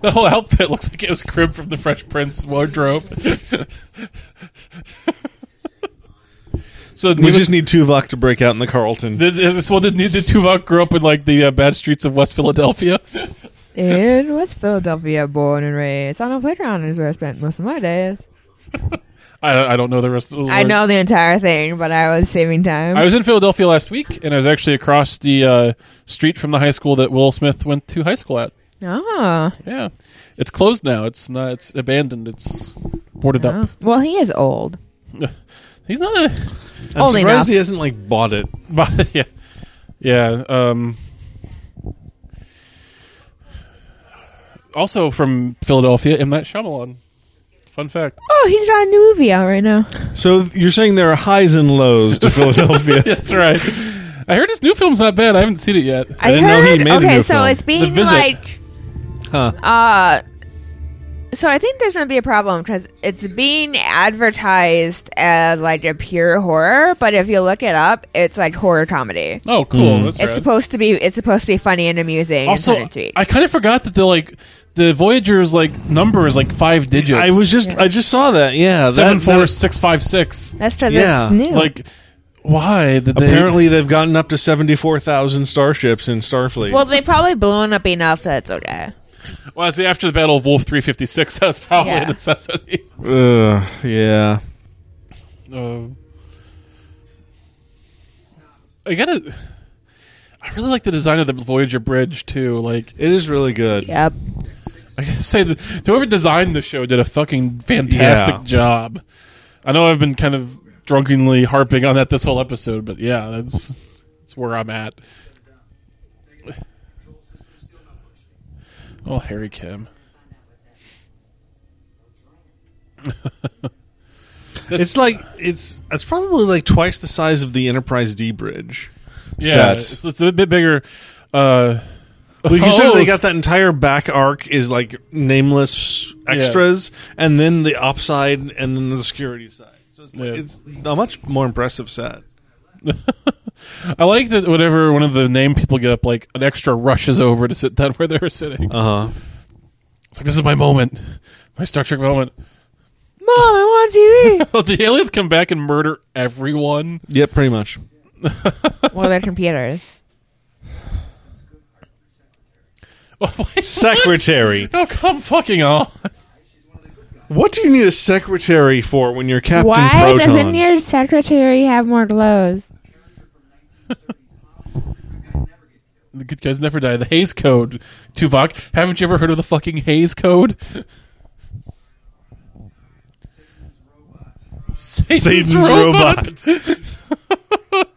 [SPEAKER 6] That whole outfit looks like it was cribbed from the Fresh Prince wardrobe. so,
[SPEAKER 8] we
[SPEAKER 6] Neelix,
[SPEAKER 8] just need Tuvok to break out in the Carlton.
[SPEAKER 6] did, is this, well, did, did Tuvok grow up in, like, the uh, bad streets of West Philadelphia?
[SPEAKER 7] In West Philadelphia, born and raised. On a playground is where I spent most of my days.
[SPEAKER 6] I, I don't know the rest of the
[SPEAKER 7] I know the entire thing, but I was saving time.
[SPEAKER 6] I was in Philadelphia last week, and I was actually across the uh, street from the high school that Will Smith went to high school at.
[SPEAKER 7] Ah.
[SPEAKER 6] Yeah, it's closed now. It's not. It's abandoned. It's boarded
[SPEAKER 7] Ah.
[SPEAKER 6] up.
[SPEAKER 7] Well, he is old.
[SPEAKER 6] He's not a.
[SPEAKER 8] I'm
[SPEAKER 7] Only
[SPEAKER 8] surprised
[SPEAKER 7] enough.
[SPEAKER 8] he hasn't like bought it.
[SPEAKER 6] But yeah, yeah. Um, also from Philadelphia, M Night Shyamalan. Fun fact.
[SPEAKER 7] Oh, he's got a new movie out right now.
[SPEAKER 8] So you're saying there are highs and lows to Philadelphia.
[SPEAKER 6] That's right. I heard his new film's not bad. I haven't seen it yet.
[SPEAKER 7] I,
[SPEAKER 8] didn't know he
[SPEAKER 7] heard-
[SPEAKER 8] made a
[SPEAKER 7] okay,
[SPEAKER 8] new
[SPEAKER 7] so
[SPEAKER 8] film.
[SPEAKER 7] it's being
[SPEAKER 6] Visit.
[SPEAKER 7] like,
[SPEAKER 8] Huh.
[SPEAKER 7] uh, so I think there's gonna be a problem because it's being advertised as like a pure horror, but if you look it up, it's like horror comedy.
[SPEAKER 6] Oh, cool. That's
[SPEAKER 7] It's
[SPEAKER 6] rad.
[SPEAKER 7] supposed to be it's supposed to be funny and amusing.
[SPEAKER 6] also,
[SPEAKER 7] and fun and sweet.
[SPEAKER 6] I kind of forgot that the like the Voyager's like number is like five digits.
[SPEAKER 8] I was just I just saw that. Yeah, that-
[SPEAKER 6] seven four
[SPEAKER 8] that-
[SPEAKER 6] six five six.
[SPEAKER 7] That's because it's
[SPEAKER 8] yeah,
[SPEAKER 7] new.
[SPEAKER 6] Like, why did they?
[SPEAKER 8] Apparently, they've gotten up to seventy-four thousand starships in Starfleet.
[SPEAKER 7] well, they probably blown up enough that it's okay.
[SPEAKER 6] Well, see, after the Battle of Wolf three fifty six, that's probably
[SPEAKER 7] Yeah.
[SPEAKER 6] a necessity.
[SPEAKER 8] Ugh, yeah.
[SPEAKER 6] Uh, I gotta. I really like the design of the Voyager bridge too. Like,
[SPEAKER 8] It is really good.
[SPEAKER 7] Yep.
[SPEAKER 6] I gotta say that whoever designed the show did a fucking fantastic
[SPEAKER 8] Yeah.
[SPEAKER 6] job. I know I've been kind of drunkenly harping on that this whole episode, but yeah, that's that's where I'm at. Oh, Harry Kim. That's-
[SPEAKER 8] It's like it's it's probably like twice the size of the Enterprise D bridge.
[SPEAKER 6] yeah,
[SPEAKER 8] sets.
[SPEAKER 6] it's, it's a bit bigger. Uh,
[SPEAKER 8] Well, you consider
[SPEAKER 6] Oh.
[SPEAKER 8] they got that entire back arc is like nameless extras, and then the upside, and then the security side. So it's, like,
[SPEAKER 6] Yeah.
[SPEAKER 8] it's a much more impressive set.
[SPEAKER 6] I like that whenever one of the name people get up, like an extra rushes over to sit down where they were sitting.
[SPEAKER 8] Uh huh.
[SPEAKER 6] It's like this is my moment, my Star Trek moment.
[SPEAKER 7] Mom, I want
[SPEAKER 6] Oh, the aliens come back and murder everyone.
[SPEAKER 8] Yeah, pretty much.
[SPEAKER 7] TV. well, they're computers.
[SPEAKER 8] Secretary.
[SPEAKER 6] No, Oh, come fucking on.
[SPEAKER 8] What do you need a secretary for when you're Captain
[SPEAKER 7] Why
[SPEAKER 8] Proton?
[SPEAKER 7] doesn't your secretary have more glows?
[SPEAKER 6] The good guys never die. The Hayes Code, Tuvok. Haven't you ever heard of the fucking Hayes Code? Satan's,
[SPEAKER 8] Satan's
[SPEAKER 6] robot.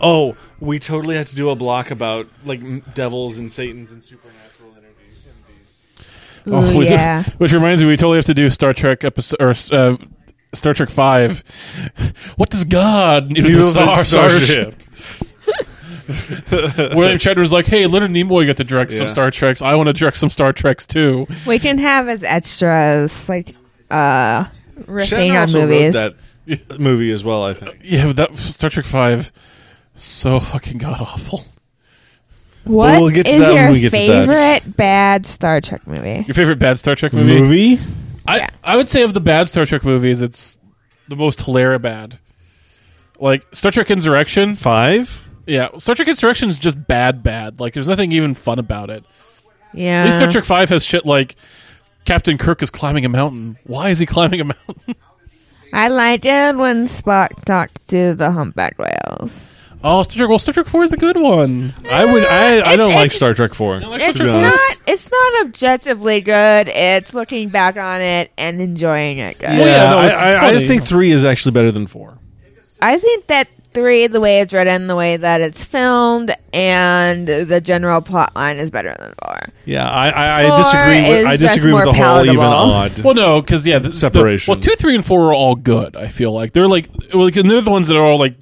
[SPEAKER 8] oh, we totally had to do a block about like m- devils and satans and supernatural energies.
[SPEAKER 6] Oh,
[SPEAKER 7] Ooh,
[SPEAKER 6] we did-
[SPEAKER 7] yeah.
[SPEAKER 6] which reminds me, we totally have to do Star Trek episode or uh, Star Trek Five. What does God need with a star starship? William Shatner's like, hey, Leonard Nimoy got to direct some
[SPEAKER 8] Yeah.
[SPEAKER 6] Star Treks. I want to direct some Star Treks too.
[SPEAKER 7] We can have as extras, like uh, riffing
[SPEAKER 8] Shatner
[SPEAKER 7] on
[SPEAKER 8] also
[SPEAKER 7] movies.
[SPEAKER 8] wrote that movie as well, I think.
[SPEAKER 6] Yeah, but that Star Trek Five, so fucking god awful.
[SPEAKER 7] What
[SPEAKER 8] We'll get to
[SPEAKER 7] is
[SPEAKER 8] that when
[SPEAKER 7] your
[SPEAKER 8] we get to that.
[SPEAKER 7] favorite bad Star Trek movie?
[SPEAKER 6] Your favorite bad Star Trek movie?
[SPEAKER 8] Movie?
[SPEAKER 6] I
[SPEAKER 7] Yeah.
[SPEAKER 6] I would say of the bad Star Trek movies, it's the most hilarious bad. Like Star Trek Insurrection,
[SPEAKER 8] Five?
[SPEAKER 6] yeah, Star Trek Insurrection is just bad, bad. Like there's nothing even fun about it.
[SPEAKER 7] Yeah.
[SPEAKER 6] At least Star Trek Five has shit like Captain Kirk is climbing a mountain. Why is he climbing a mountain?
[SPEAKER 7] I liked it when Spock talked to the humpback whales.
[SPEAKER 6] Oh, Star Trek. Well, Star Trek Four is a good one.
[SPEAKER 8] I would I, I
[SPEAKER 7] It's-
[SPEAKER 8] don't like
[SPEAKER 7] it's-
[SPEAKER 8] Star Trek four.
[SPEAKER 6] like
[SPEAKER 7] It's
[SPEAKER 8] be honest.
[SPEAKER 7] not. It's not objectively good. It's looking back on it and enjoying it. Good.
[SPEAKER 6] Well, Oh, yeah, no,
[SPEAKER 8] I-
[SPEAKER 6] it's- it's
[SPEAKER 8] I, I
[SPEAKER 6] funny.
[SPEAKER 8] think three is actually better than four.
[SPEAKER 7] I think that three, the way it's written, the way that it's filmed, and the general plot line is better than four.
[SPEAKER 8] Yeah, I, I,
[SPEAKER 7] Four
[SPEAKER 8] I disagree.
[SPEAKER 7] is
[SPEAKER 8] With, I
[SPEAKER 7] just
[SPEAKER 8] disagree with
[SPEAKER 7] more
[SPEAKER 8] the whole even
[SPEAKER 7] palatable.
[SPEAKER 8] odd.
[SPEAKER 6] Well, no, because yeah, this,
[SPEAKER 8] Separation.
[SPEAKER 6] The, well, two, three, and four are all good. I feel like they're like, well, like, and they're the ones that are all like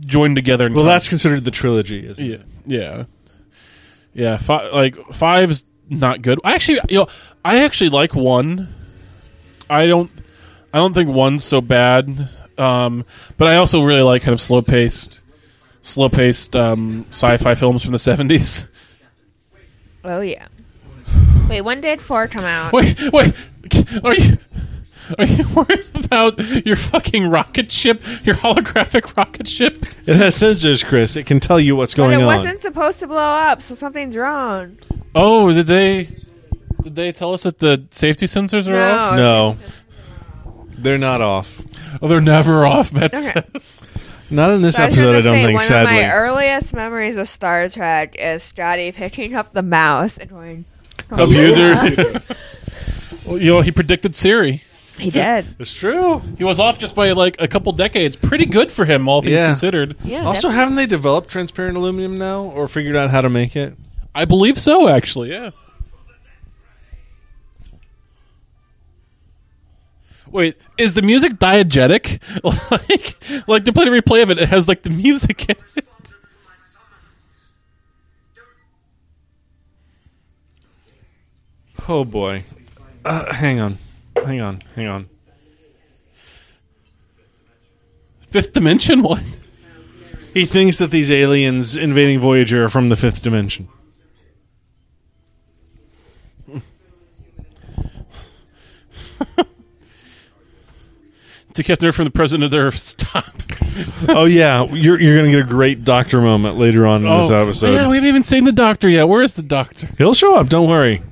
[SPEAKER 6] joined together. And
[SPEAKER 8] Well, that's considered the trilogy. Isn't
[SPEAKER 6] yeah,
[SPEAKER 8] it?
[SPEAKER 6] yeah, yeah. Five, like five's not good. I actually, you know, I actually like one. I don't, I don't think one's so bad. Um, but I also really like kind of slow paced, slow paced um, sci fi films from the seventies.
[SPEAKER 7] Oh yeah. Wait, when did four come out?
[SPEAKER 6] Wait, wait. Are you are you worried about your fucking rocket ship, your holographic rocket ship?
[SPEAKER 8] It has sensors, Chris. It can tell you what's
[SPEAKER 7] But
[SPEAKER 8] going
[SPEAKER 7] it
[SPEAKER 8] on.
[SPEAKER 7] wasn't supposed to blow up, so something's wrong.
[SPEAKER 6] Oh, did they did they tell us that the safety sensors are
[SPEAKER 7] No.
[SPEAKER 6] off?
[SPEAKER 8] No, they're not off.
[SPEAKER 6] Oh, they're never off, Matt
[SPEAKER 7] Okay.
[SPEAKER 6] says.
[SPEAKER 8] Not in this
[SPEAKER 7] So I was
[SPEAKER 8] episode.
[SPEAKER 7] gonna
[SPEAKER 8] I don't
[SPEAKER 7] say,
[SPEAKER 8] think.
[SPEAKER 7] One
[SPEAKER 8] Sadly,
[SPEAKER 7] of my earliest memories of Star Trek is Scotty picking up the mouse and going, "Oh,
[SPEAKER 6] Abuser. well, you know, he predicted Siri.
[SPEAKER 7] "He did."
[SPEAKER 8] it's true.
[SPEAKER 6] He was off just by like a couple decades. Pretty good for him, all things
[SPEAKER 8] Yeah.
[SPEAKER 6] considered.
[SPEAKER 7] Yeah.
[SPEAKER 8] Also, haven't they developed transparent aluminum now, or figured out how to make it?
[SPEAKER 6] I believe so, actually. Yeah. Wait, is the music diegetic? like, like they played a replay of it. It has like the music in it.
[SPEAKER 8] Oh boy. Uh, hang on, hang on, hang on.
[SPEAKER 6] Fifth dimension. What?
[SPEAKER 8] He thinks that these aliens invading Voyager are from the fifth dimension.
[SPEAKER 6] To Captain Earth from the President of the Earth. Stop.
[SPEAKER 8] oh yeah, you're you're gonna get a great Doctor moment later on in this episode.
[SPEAKER 6] Oh, yeah, we haven't even seen the Doctor yet. Where is the Doctor?
[SPEAKER 8] He'll show up. Don't worry.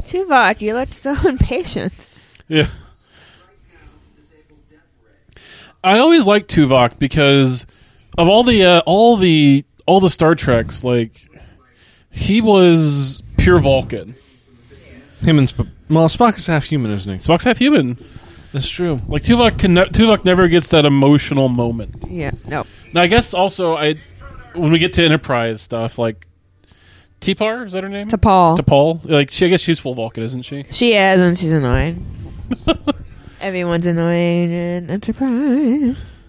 [SPEAKER 7] Tuvok, you looked so impatient.
[SPEAKER 6] Yeah. I always liked Tuvok because of all the uh, all the all the Star Treks, like he was pure Vulcan.
[SPEAKER 8] Him and Sp- well, Spock is half human, isn't he?
[SPEAKER 6] Spock's half human.
[SPEAKER 8] That's true.
[SPEAKER 6] Like Tuvok can ne- Tuvok never gets that emotional moment.
[SPEAKER 7] Yeah. No.
[SPEAKER 6] Now I guess also I when we get to Enterprise stuff, like Tipar is that her name?
[SPEAKER 7] To Paul.
[SPEAKER 6] To Paul. Like she, I guess she's full Vulcan, isn't she?
[SPEAKER 7] She is, and she's annoying. Everyone's annoying in Enterprise.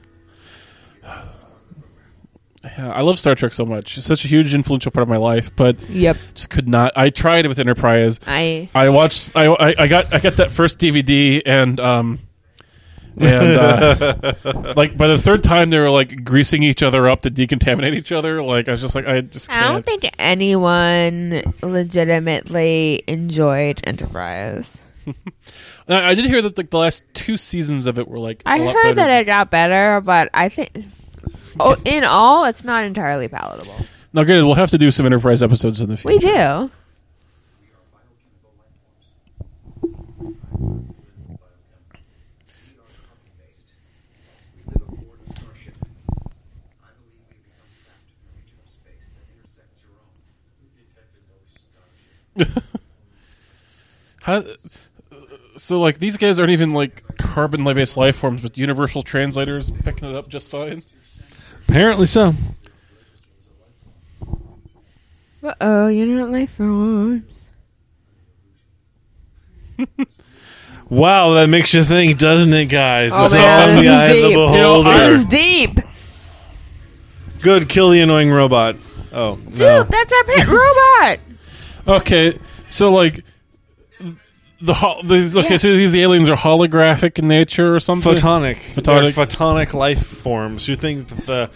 [SPEAKER 6] Yeah, I love Star Trek so much. It's such a huge influential part of my life, but
[SPEAKER 7] Yep.
[SPEAKER 6] just could not. I tried it with Enterprise.
[SPEAKER 7] I.
[SPEAKER 6] I watched. I, I, I got. I got that first DVD, and um, and uh, like by the third time, they were like greasing each other up to decontaminate each other. Like I was just like, I just.
[SPEAKER 7] I
[SPEAKER 6] Can't.
[SPEAKER 7] don't think anyone legitimately enjoyed Enterprise.
[SPEAKER 6] I, I did hear that like the last two seasons of it were like. I
[SPEAKER 7] I heard that it got better, but I think, oh, in all, it's not entirely palatable.
[SPEAKER 6] now, granted, we'll have to do some Enterprise episodes in the future.
[SPEAKER 7] We do.
[SPEAKER 6] How, so like these guys aren't even like carbon based life forms, but Universal Translators picking it up just fine.
[SPEAKER 8] Apparently so.
[SPEAKER 7] Uh oh, you don't like forms.
[SPEAKER 8] Wow, that makes you think, doesn't it, guys?
[SPEAKER 2] Oh,
[SPEAKER 8] It's
[SPEAKER 2] man,
[SPEAKER 8] all in
[SPEAKER 2] this
[SPEAKER 8] the
[SPEAKER 2] is
[SPEAKER 8] eye of the
[SPEAKER 2] deep. You know,
[SPEAKER 8] beholder.
[SPEAKER 2] This is deep.
[SPEAKER 8] Good, kill the annoying robot. Oh,
[SPEAKER 7] Dude, that's our pet robot.
[SPEAKER 6] Okay, so like the ho- these, okay, so these aliens are holographic in nature or something.
[SPEAKER 8] photonic,
[SPEAKER 6] Photonic.
[SPEAKER 8] photonic, photonic life forms who think that the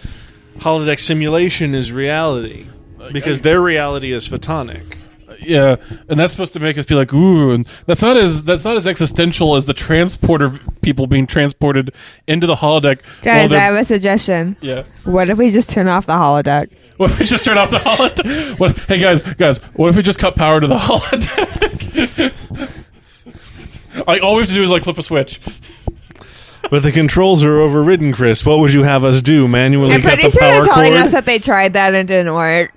[SPEAKER 8] holodeck simulation is reality because their reality is photonic.
[SPEAKER 6] Yeah, and that's supposed to make us be like, ooh, and that's not as that's not as existential as the transporter v- people being transported into the holodeck. while
[SPEAKER 7] Guys,
[SPEAKER 6] they're-
[SPEAKER 7] I have a suggestion.
[SPEAKER 6] yeah.
[SPEAKER 7] What if we just turn off the holodeck?
[SPEAKER 6] What if we just turn off the holodeck? What, hey guys, guys, what if we just cut power to the holodeck? like all we have to do is like flip a switch.
[SPEAKER 8] But the controls are overridden, Chris. What would you have us do? Manually
[SPEAKER 7] I'm
[SPEAKER 8] cut
[SPEAKER 7] pretty
[SPEAKER 8] the
[SPEAKER 7] sure
[SPEAKER 8] power
[SPEAKER 7] they're telling
[SPEAKER 8] cord?
[SPEAKER 7] us that they tried that and didn't work.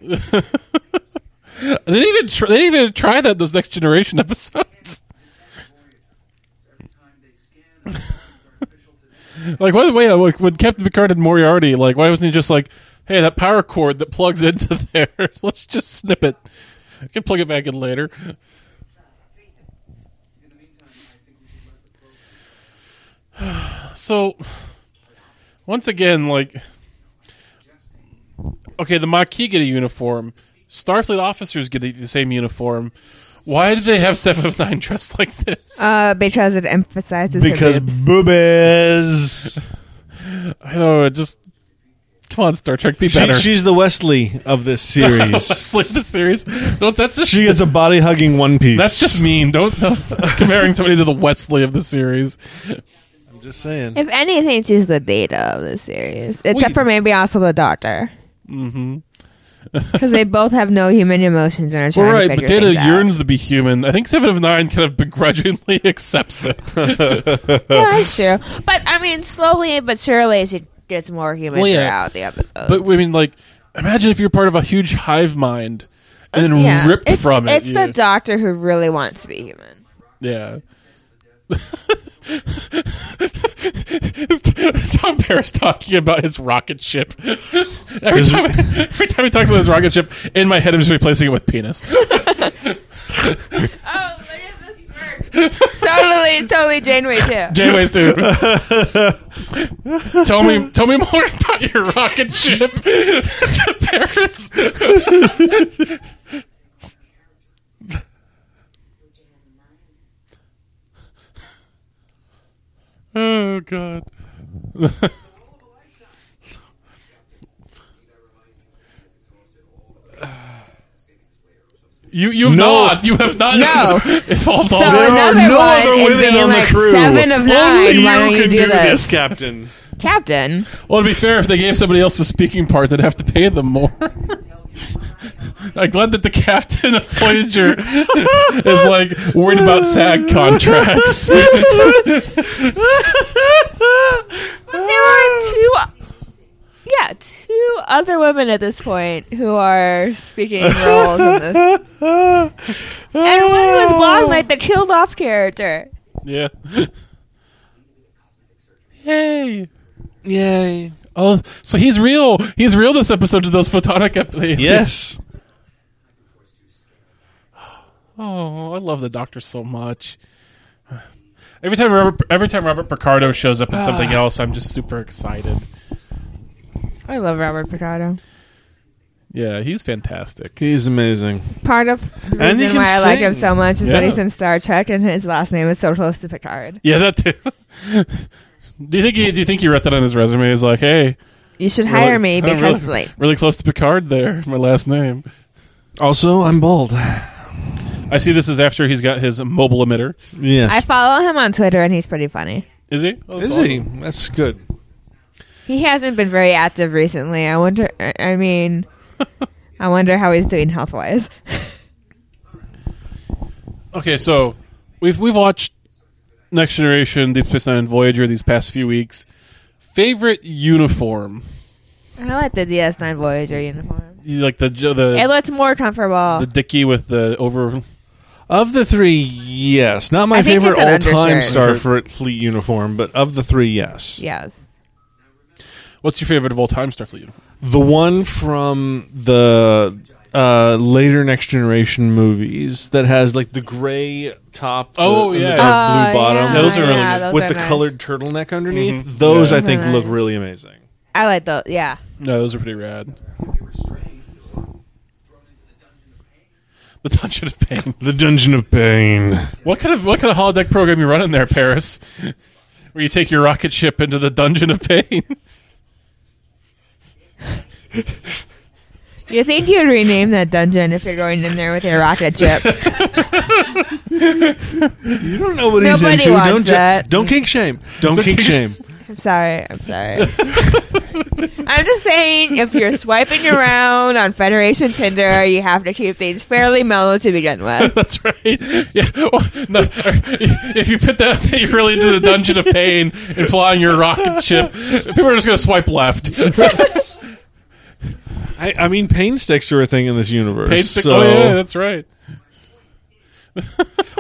[SPEAKER 6] They didn't even try, they didn't even try that in those next generation episodes. like why wait, like when Captain Picard and Moriarty, like why wasn't he just like, hey, that power cord that plugs into there, let's just snip it. I can plug it back in later. So once again, like okay, the Maquis get a uniform. Starfleet officers get the same uniform. Why did they have seven of nine dressed like this?
[SPEAKER 7] Uh, because it emphasizes her
[SPEAKER 8] because
[SPEAKER 7] boobs.
[SPEAKER 8] boobies.
[SPEAKER 6] I know. It just come on, Star Trek, be
[SPEAKER 8] She,
[SPEAKER 6] better.
[SPEAKER 8] she's the Wesley of this series.
[SPEAKER 6] Honestly, the series. No, that's just
[SPEAKER 8] she gets a body hugging One Piece.
[SPEAKER 6] that's just mean. Don't, don't comparing somebody to the Wesley of the series.
[SPEAKER 8] I'm just saying.
[SPEAKER 7] If anything, she's the data of the series, except
[SPEAKER 6] you-
[SPEAKER 7] for maybe also the doctor. Mm-hmm. Because they both have no human emotions and are
[SPEAKER 6] All
[SPEAKER 7] trying
[SPEAKER 6] right,
[SPEAKER 7] to figure
[SPEAKER 6] but Data
[SPEAKER 7] things out.
[SPEAKER 6] yearns to be human. I think Seven of Nine kind of begrudgingly accepts it.
[SPEAKER 7] Yeah, that's true. But I mean, slowly but surely, she gets more human
[SPEAKER 6] Well, yeah.
[SPEAKER 7] throughout the episode.
[SPEAKER 6] But I mean, like, imagine if you're part of a huge hive mind and then ripped
[SPEAKER 7] it's,
[SPEAKER 6] from it.
[SPEAKER 7] It's
[SPEAKER 6] you-
[SPEAKER 7] the doctor who really wants to be human.
[SPEAKER 6] Yeah. Tom Paris talking about his rocket ship. Every
[SPEAKER 8] Is-
[SPEAKER 6] time, every time he talks about his rocket ship, in my head, I'm just replacing it with penis.
[SPEAKER 7] Oh, look at this totally, totally Janeway too.
[SPEAKER 6] Anyways, dude, tell me, tell me more about your rocket ship, Tom Paris. oh God. You you have
[SPEAKER 8] No.
[SPEAKER 6] not you have not
[SPEAKER 7] No.
[SPEAKER 6] involved all
[SPEAKER 7] So
[SPEAKER 6] this.
[SPEAKER 8] are
[SPEAKER 7] another
[SPEAKER 8] no
[SPEAKER 7] one
[SPEAKER 8] other
[SPEAKER 7] is
[SPEAKER 8] women
[SPEAKER 7] being
[SPEAKER 8] on the
[SPEAKER 7] like
[SPEAKER 8] crew.
[SPEAKER 7] seven of nine.
[SPEAKER 8] Only
[SPEAKER 7] Why
[SPEAKER 8] you
[SPEAKER 7] don't you
[SPEAKER 8] can
[SPEAKER 7] do this,
[SPEAKER 8] Captain.
[SPEAKER 7] Captain?
[SPEAKER 6] Well, to be fair, if they gave somebody else a speaking part, they'd have to pay them more. I'm glad that the captain of Voyager is like worried about SAG contracts.
[SPEAKER 7] There are two, yeah, two other women at this point who are speaking roles in this, and one was blonde, like the killed off character.
[SPEAKER 6] yeah. Yay.
[SPEAKER 8] Yay.
[SPEAKER 6] Oh, so he's real. He's real this episode to those photonic episodes.
[SPEAKER 8] Yes.
[SPEAKER 6] Oh, I love the Doctor so much. Every time Robert, every time Robert Picardo shows up in something else, I'm just super excited.
[SPEAKER 7] I love Robert Picardo.
[SPEAKER 6] Yeah, he's fantastic.
[SPEAKER 8] He's amazing.
[SPEAKER 7] Part of the
[SPEAKER 8] And he
[SPEAKER 7] reason
[SPEAKER 8] can
[SPEAKER 7] why I like him
[SPEAKER 8] sing.
[SPEAKER 7] so much is that
[SPEAKER 6] Yeah.
[SPEAKER 7] he's in Star Trek, and his last name is so close to Picard.
[SPEAKER 6] Yeah, that too. do you think he, do you think he wrote that on his resume? He's like, hey,
[SPEAKER 7] You should hire me
[SPEAKER 6] I'm
[SPEAKER 7] because
[SPEAKER 6] really,
[SPEAKER 7] like
[SPEAKER 6] really close to Picard there. My last name.
[SPEAKER 8] Also, I'm bald.
[SPEAKER 6] I see this is after he's got his mobile emitter.
[SPEAKER 8] Yes.
[SPEAKER 7] I follow him on Twitter, and he's pretty funny.
[SPEAKER 6] Is he? Oh, that's
[SPEAKER 8] Is he?
[SPEAKER 6] awesome.
[SPEAKER 8] That's good.
[SPEAKER 7] He hasn't been very active recently. I wonder. I I mean, I wonder how he's doing health wise.
[SPEAKER 6] Okay, so we've we've watched Next Generation, Deep Space Nine, and Voyager these past few weeks. Favorite uniform?
[SPEAKER 7] I like the DS9 Voyager uniform.
[SPEAKER 6] You like the the
[SPEAKER 7] It
[SPEAKER 6] the,
[SPEAKER 7] looks more comfortable.
[SPEAKER 6] the dicky with the over?
[SPEAKER 8] Of the three, yes. Not my
[SPEAKER 7] I think
[SPEAKER 8] favorite
[SPEAKER 7] it's an
[SPEAKER 8] all time
[SPEAKER 7] undershirt.
[SPEAKER 8] Starfleet uniform, but of the three, yes.
[SPEAKER 7] yes.
[SPEAKER 6] What's your favorite of all time Starfleet uniform?
[SPEAKER 8] The one from the uh, later Next Generation movies that has like the gray top,
[SPEAKER 6] Oh,
[SPEAKER 8] the,
[SPEAKER 6] yeah.
[SPEAKER 8] the dark
[SPEAKER 7] Oh,
[SPEAKER 8] blue bottom,
[SPEAKER 7] yeah,
[SPEAKER 6] Those are really Mm-hmm. yeah,
[SPEAKER 7] good. those
[SPEAKER 8] with
[SPEAKER 7] are
[SPEAKER 8] the
[SPEAKER 7] nice.
[SPEAKER 8] colored turtleneck underneath. Those I think
[SPEAKER 7] Those are
[SPEAKER 8] look
[SPEAKER 7] nice.
[SPEAKER 8] really amazing.
[SPEAKER 7] I like those. Yeah.
[SPEAKER 6] No, those are pretty rad. The Dungeon of Pain.
[SPEAKER 8] The Dungeon of Pain.
[SPEAKER 6] What kind of what kind of holodeck program you running there, Paris? Where you take your rocket ship into the Dungeon of Pain?
[SPEAKER 7] You think you'd rename that dungeon if you're going in there with your rocket ship?
[SPEAKER 8] You don't know what he's
[SPEAKER 7] Nobody
[SPEAKER 8] into.
[SPEAKER 7] wants
[SPEAKER 8] don't ju-
[SPEAKER 7] that.
[SPEAKER 8] don't kink shame. Don't kink shame.
[SPEAKER 7] I'm sorry. I'm sorry. I'm just saying, if you're swiping around on Federation Tinder, you have to keep things fairly mellow to begin with.
[SPEAKER 6] That's right. Yeah. Well, no, if you put that, you're really into the Dungeon of Pain and flying your rocket ship. People are just going to swipe left.
[SPEAKER 8] I, I mean, pain sticks are a thing in this universe.
[SPEAKER 6] Pain stick-
[SPEAKER 8] so
[SPEAKER 6] Oh yeah, that's right.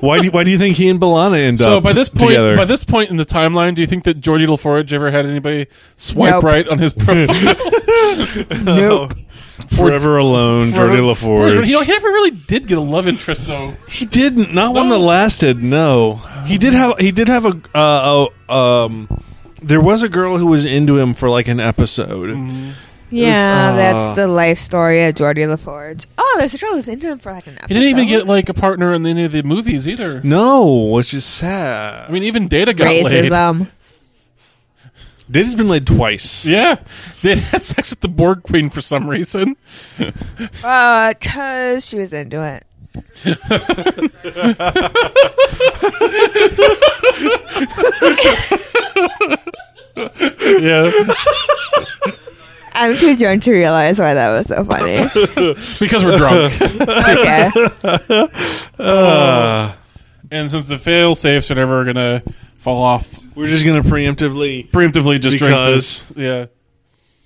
[SPEAKER 8] why do you, why do you think he and Balana end up
[SPEAKER 6] So by this point,
[SPEAKER 8] together?
[SPEAKER 6] by this point in the timeline, do you think that Geordie LaForge ever had anybody swipe
[SPEAKER 7] Nope.
[SPEAKER 6] right on his profile?
[SPEAKER 8] no. Forever alone, Jordy LaForge.
[SPEAKER 6] He, he never really did get a love interest though.
[SPEAKER 8] He didn't. Not one that lasted. No, he did have. He did have a. Uh, a um, there was a girl who was into him for like an episode.
[SPEAKER 7] Yeah,
[SPEAKER 8] uh,
[SPEAKER 7] that's the life story of Geordie LaForge. Oh, this girl was into him for like an episode.
[SPEAKER 6] He didn't even get like a partner in any of the movies either.
[SPEAKER 8] No, which is sad.
[SPEAKER 6] I mean, even Data got laid.
[SPEAKER 7] racism.
[SPEAKER 8] Data's been laid twice.
[SPEAKER 6] Yeah, they had sex with the Borg Queen for some reason.
[SPEAKER 7] Uh, cause she was into it.
[SPEAKER 6] Yeah,
[SPEAKER 7] I'm too drunk to realize why that was so funny.
[SPEAKER 6] because we're drunk.
[SPEAKER 7] Okay.
[SPEAKER 6] And since the fail safes are never gonna fall off,
[SPEAKER 8] We're just gonna preemptively.
[SPEAKER 6] preemptively just
[SPEAKER 8] Because-
[SPEAKER 6] drink this.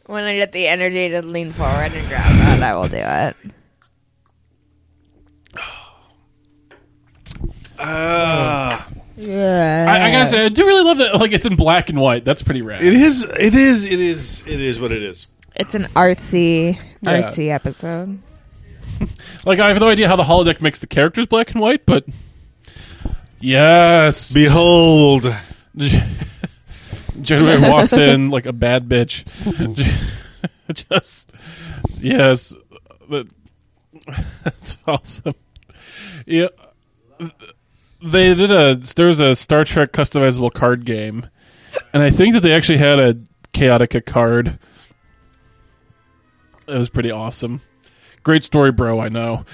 [SPEAKER 7] when I get the energy to lean forward and grab that, I will do it. Yeah.
[SPEAKER 6] Yeah, I, I gotta say, I do really love that. Like, it's in black and white. That's pretty rad.
[SPEAKER 8] It is. It is. It is. It is what it is.
[SPEAKER 7] It's an artsy,
[SPEAKER 6] Yeah.
[SPEAKER 7] artsy episode.
[SPEAKER 6] Like, I have no idea how the holodeck makes the characters black and white, but yes,
[SPEAKER 8] Behold,
[SPEAKER 6] Jeremy walks in like a bad bitch. Just yes, that, that's awesome. Yeah, they did a there's a Star Trek customizable card game, and I think that they actually had a Chaotica card. It was pretty awesome. Great story, bro. I know.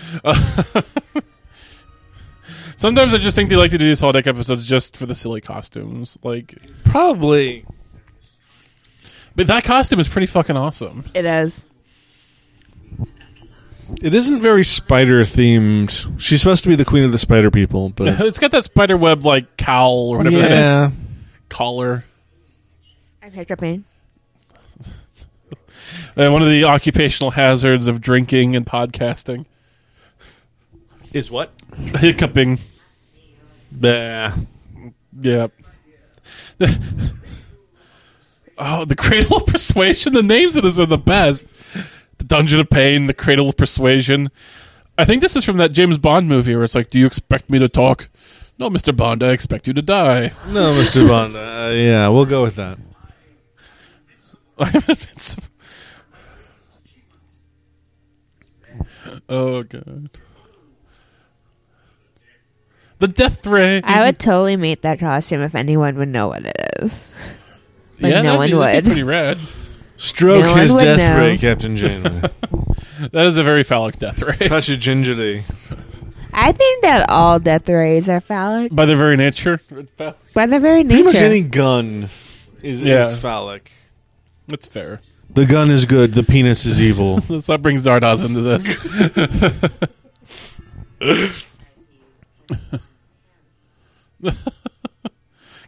[SPEAKER 6] Sometimes I just think they like to do these holodeck episodes just for the silly costumes. Like,
[SPEAKER 8] probably.
[SPEAKER 6] but that costume is pretty fucking awesome.
[SPEAKER 7] It is.
[SPEAKER 8] It isn't very spider themed. She's supposed to be the queen of the spider people, but
[SPEAKER 6] It's got that spider web like cowl or whatever that
[SPEAKER 8] yeah.
[SPEAKER 6] is. collar.
[SPEAKER 7] I picked up pain.
[SPEAKER 6] Uh, one of the occupational hazards of drinking and podcasting,
[SPEAKER 8] Is what?
[SPEAKER 6] hiccuping.
[SPEAKER 8] Bah.
[SPEAKER 6] Yeah. oh, the Cradle of Persuasion. The names of this are the best. The Dungeon of Pain, the Cradle of Persuasion. I think this is from that James Bond movie where it's like, "Do you expect me to talk?" No, Mister Bond, I expect you to die.
[SPEAKER 8] No, Mr. Bond. Uh, yeah, we'll go with that.
[SPEAKER 6] I'm invincible. Oh god. The death ray.
[SPEAKER 7] I would totally make that costume if anyone would know what it is. But
[SPEAKER 6] yeah,
[SPEAKER 7] no
[SPEAKER 6] that'd be-
[SPEAKER 7] one
[SPEAKER 6] that'd be
[SPEAKER 7] would.
[SPEAKER 6] Pretty rad.
[SPEAKER 8] Stroke
[SPEAKER 7] No one
[SPEAKER 8] his
[SPEAKER 7] would
[SPEAKER 8] death
[SPEAKER 7] know.
[SPEAKER 8] ray, Captain Janeway.
[SPEAKER 6] That is a very phallic death ray
[SPEAKER 8] Touch it gingerly.
[SPEAKER 7] I think that all death rays are phallic
[SPEAKER 6] by their very nature. phallic.
[SPEAKER 7] by their very
[SPEAKER 8] Pretty
[SPEAKER 7] nature.
[SPEAKER 8] much any gun is,
[SPEAKER 6] Yeah.
[SPEAKER 8] is phallic.
[SPEAKER 6] That's fair.
[SPEAKER 8] The gun is good. The penis is evil.
[SPEAKER 6] Let's not bring Zardoz into this.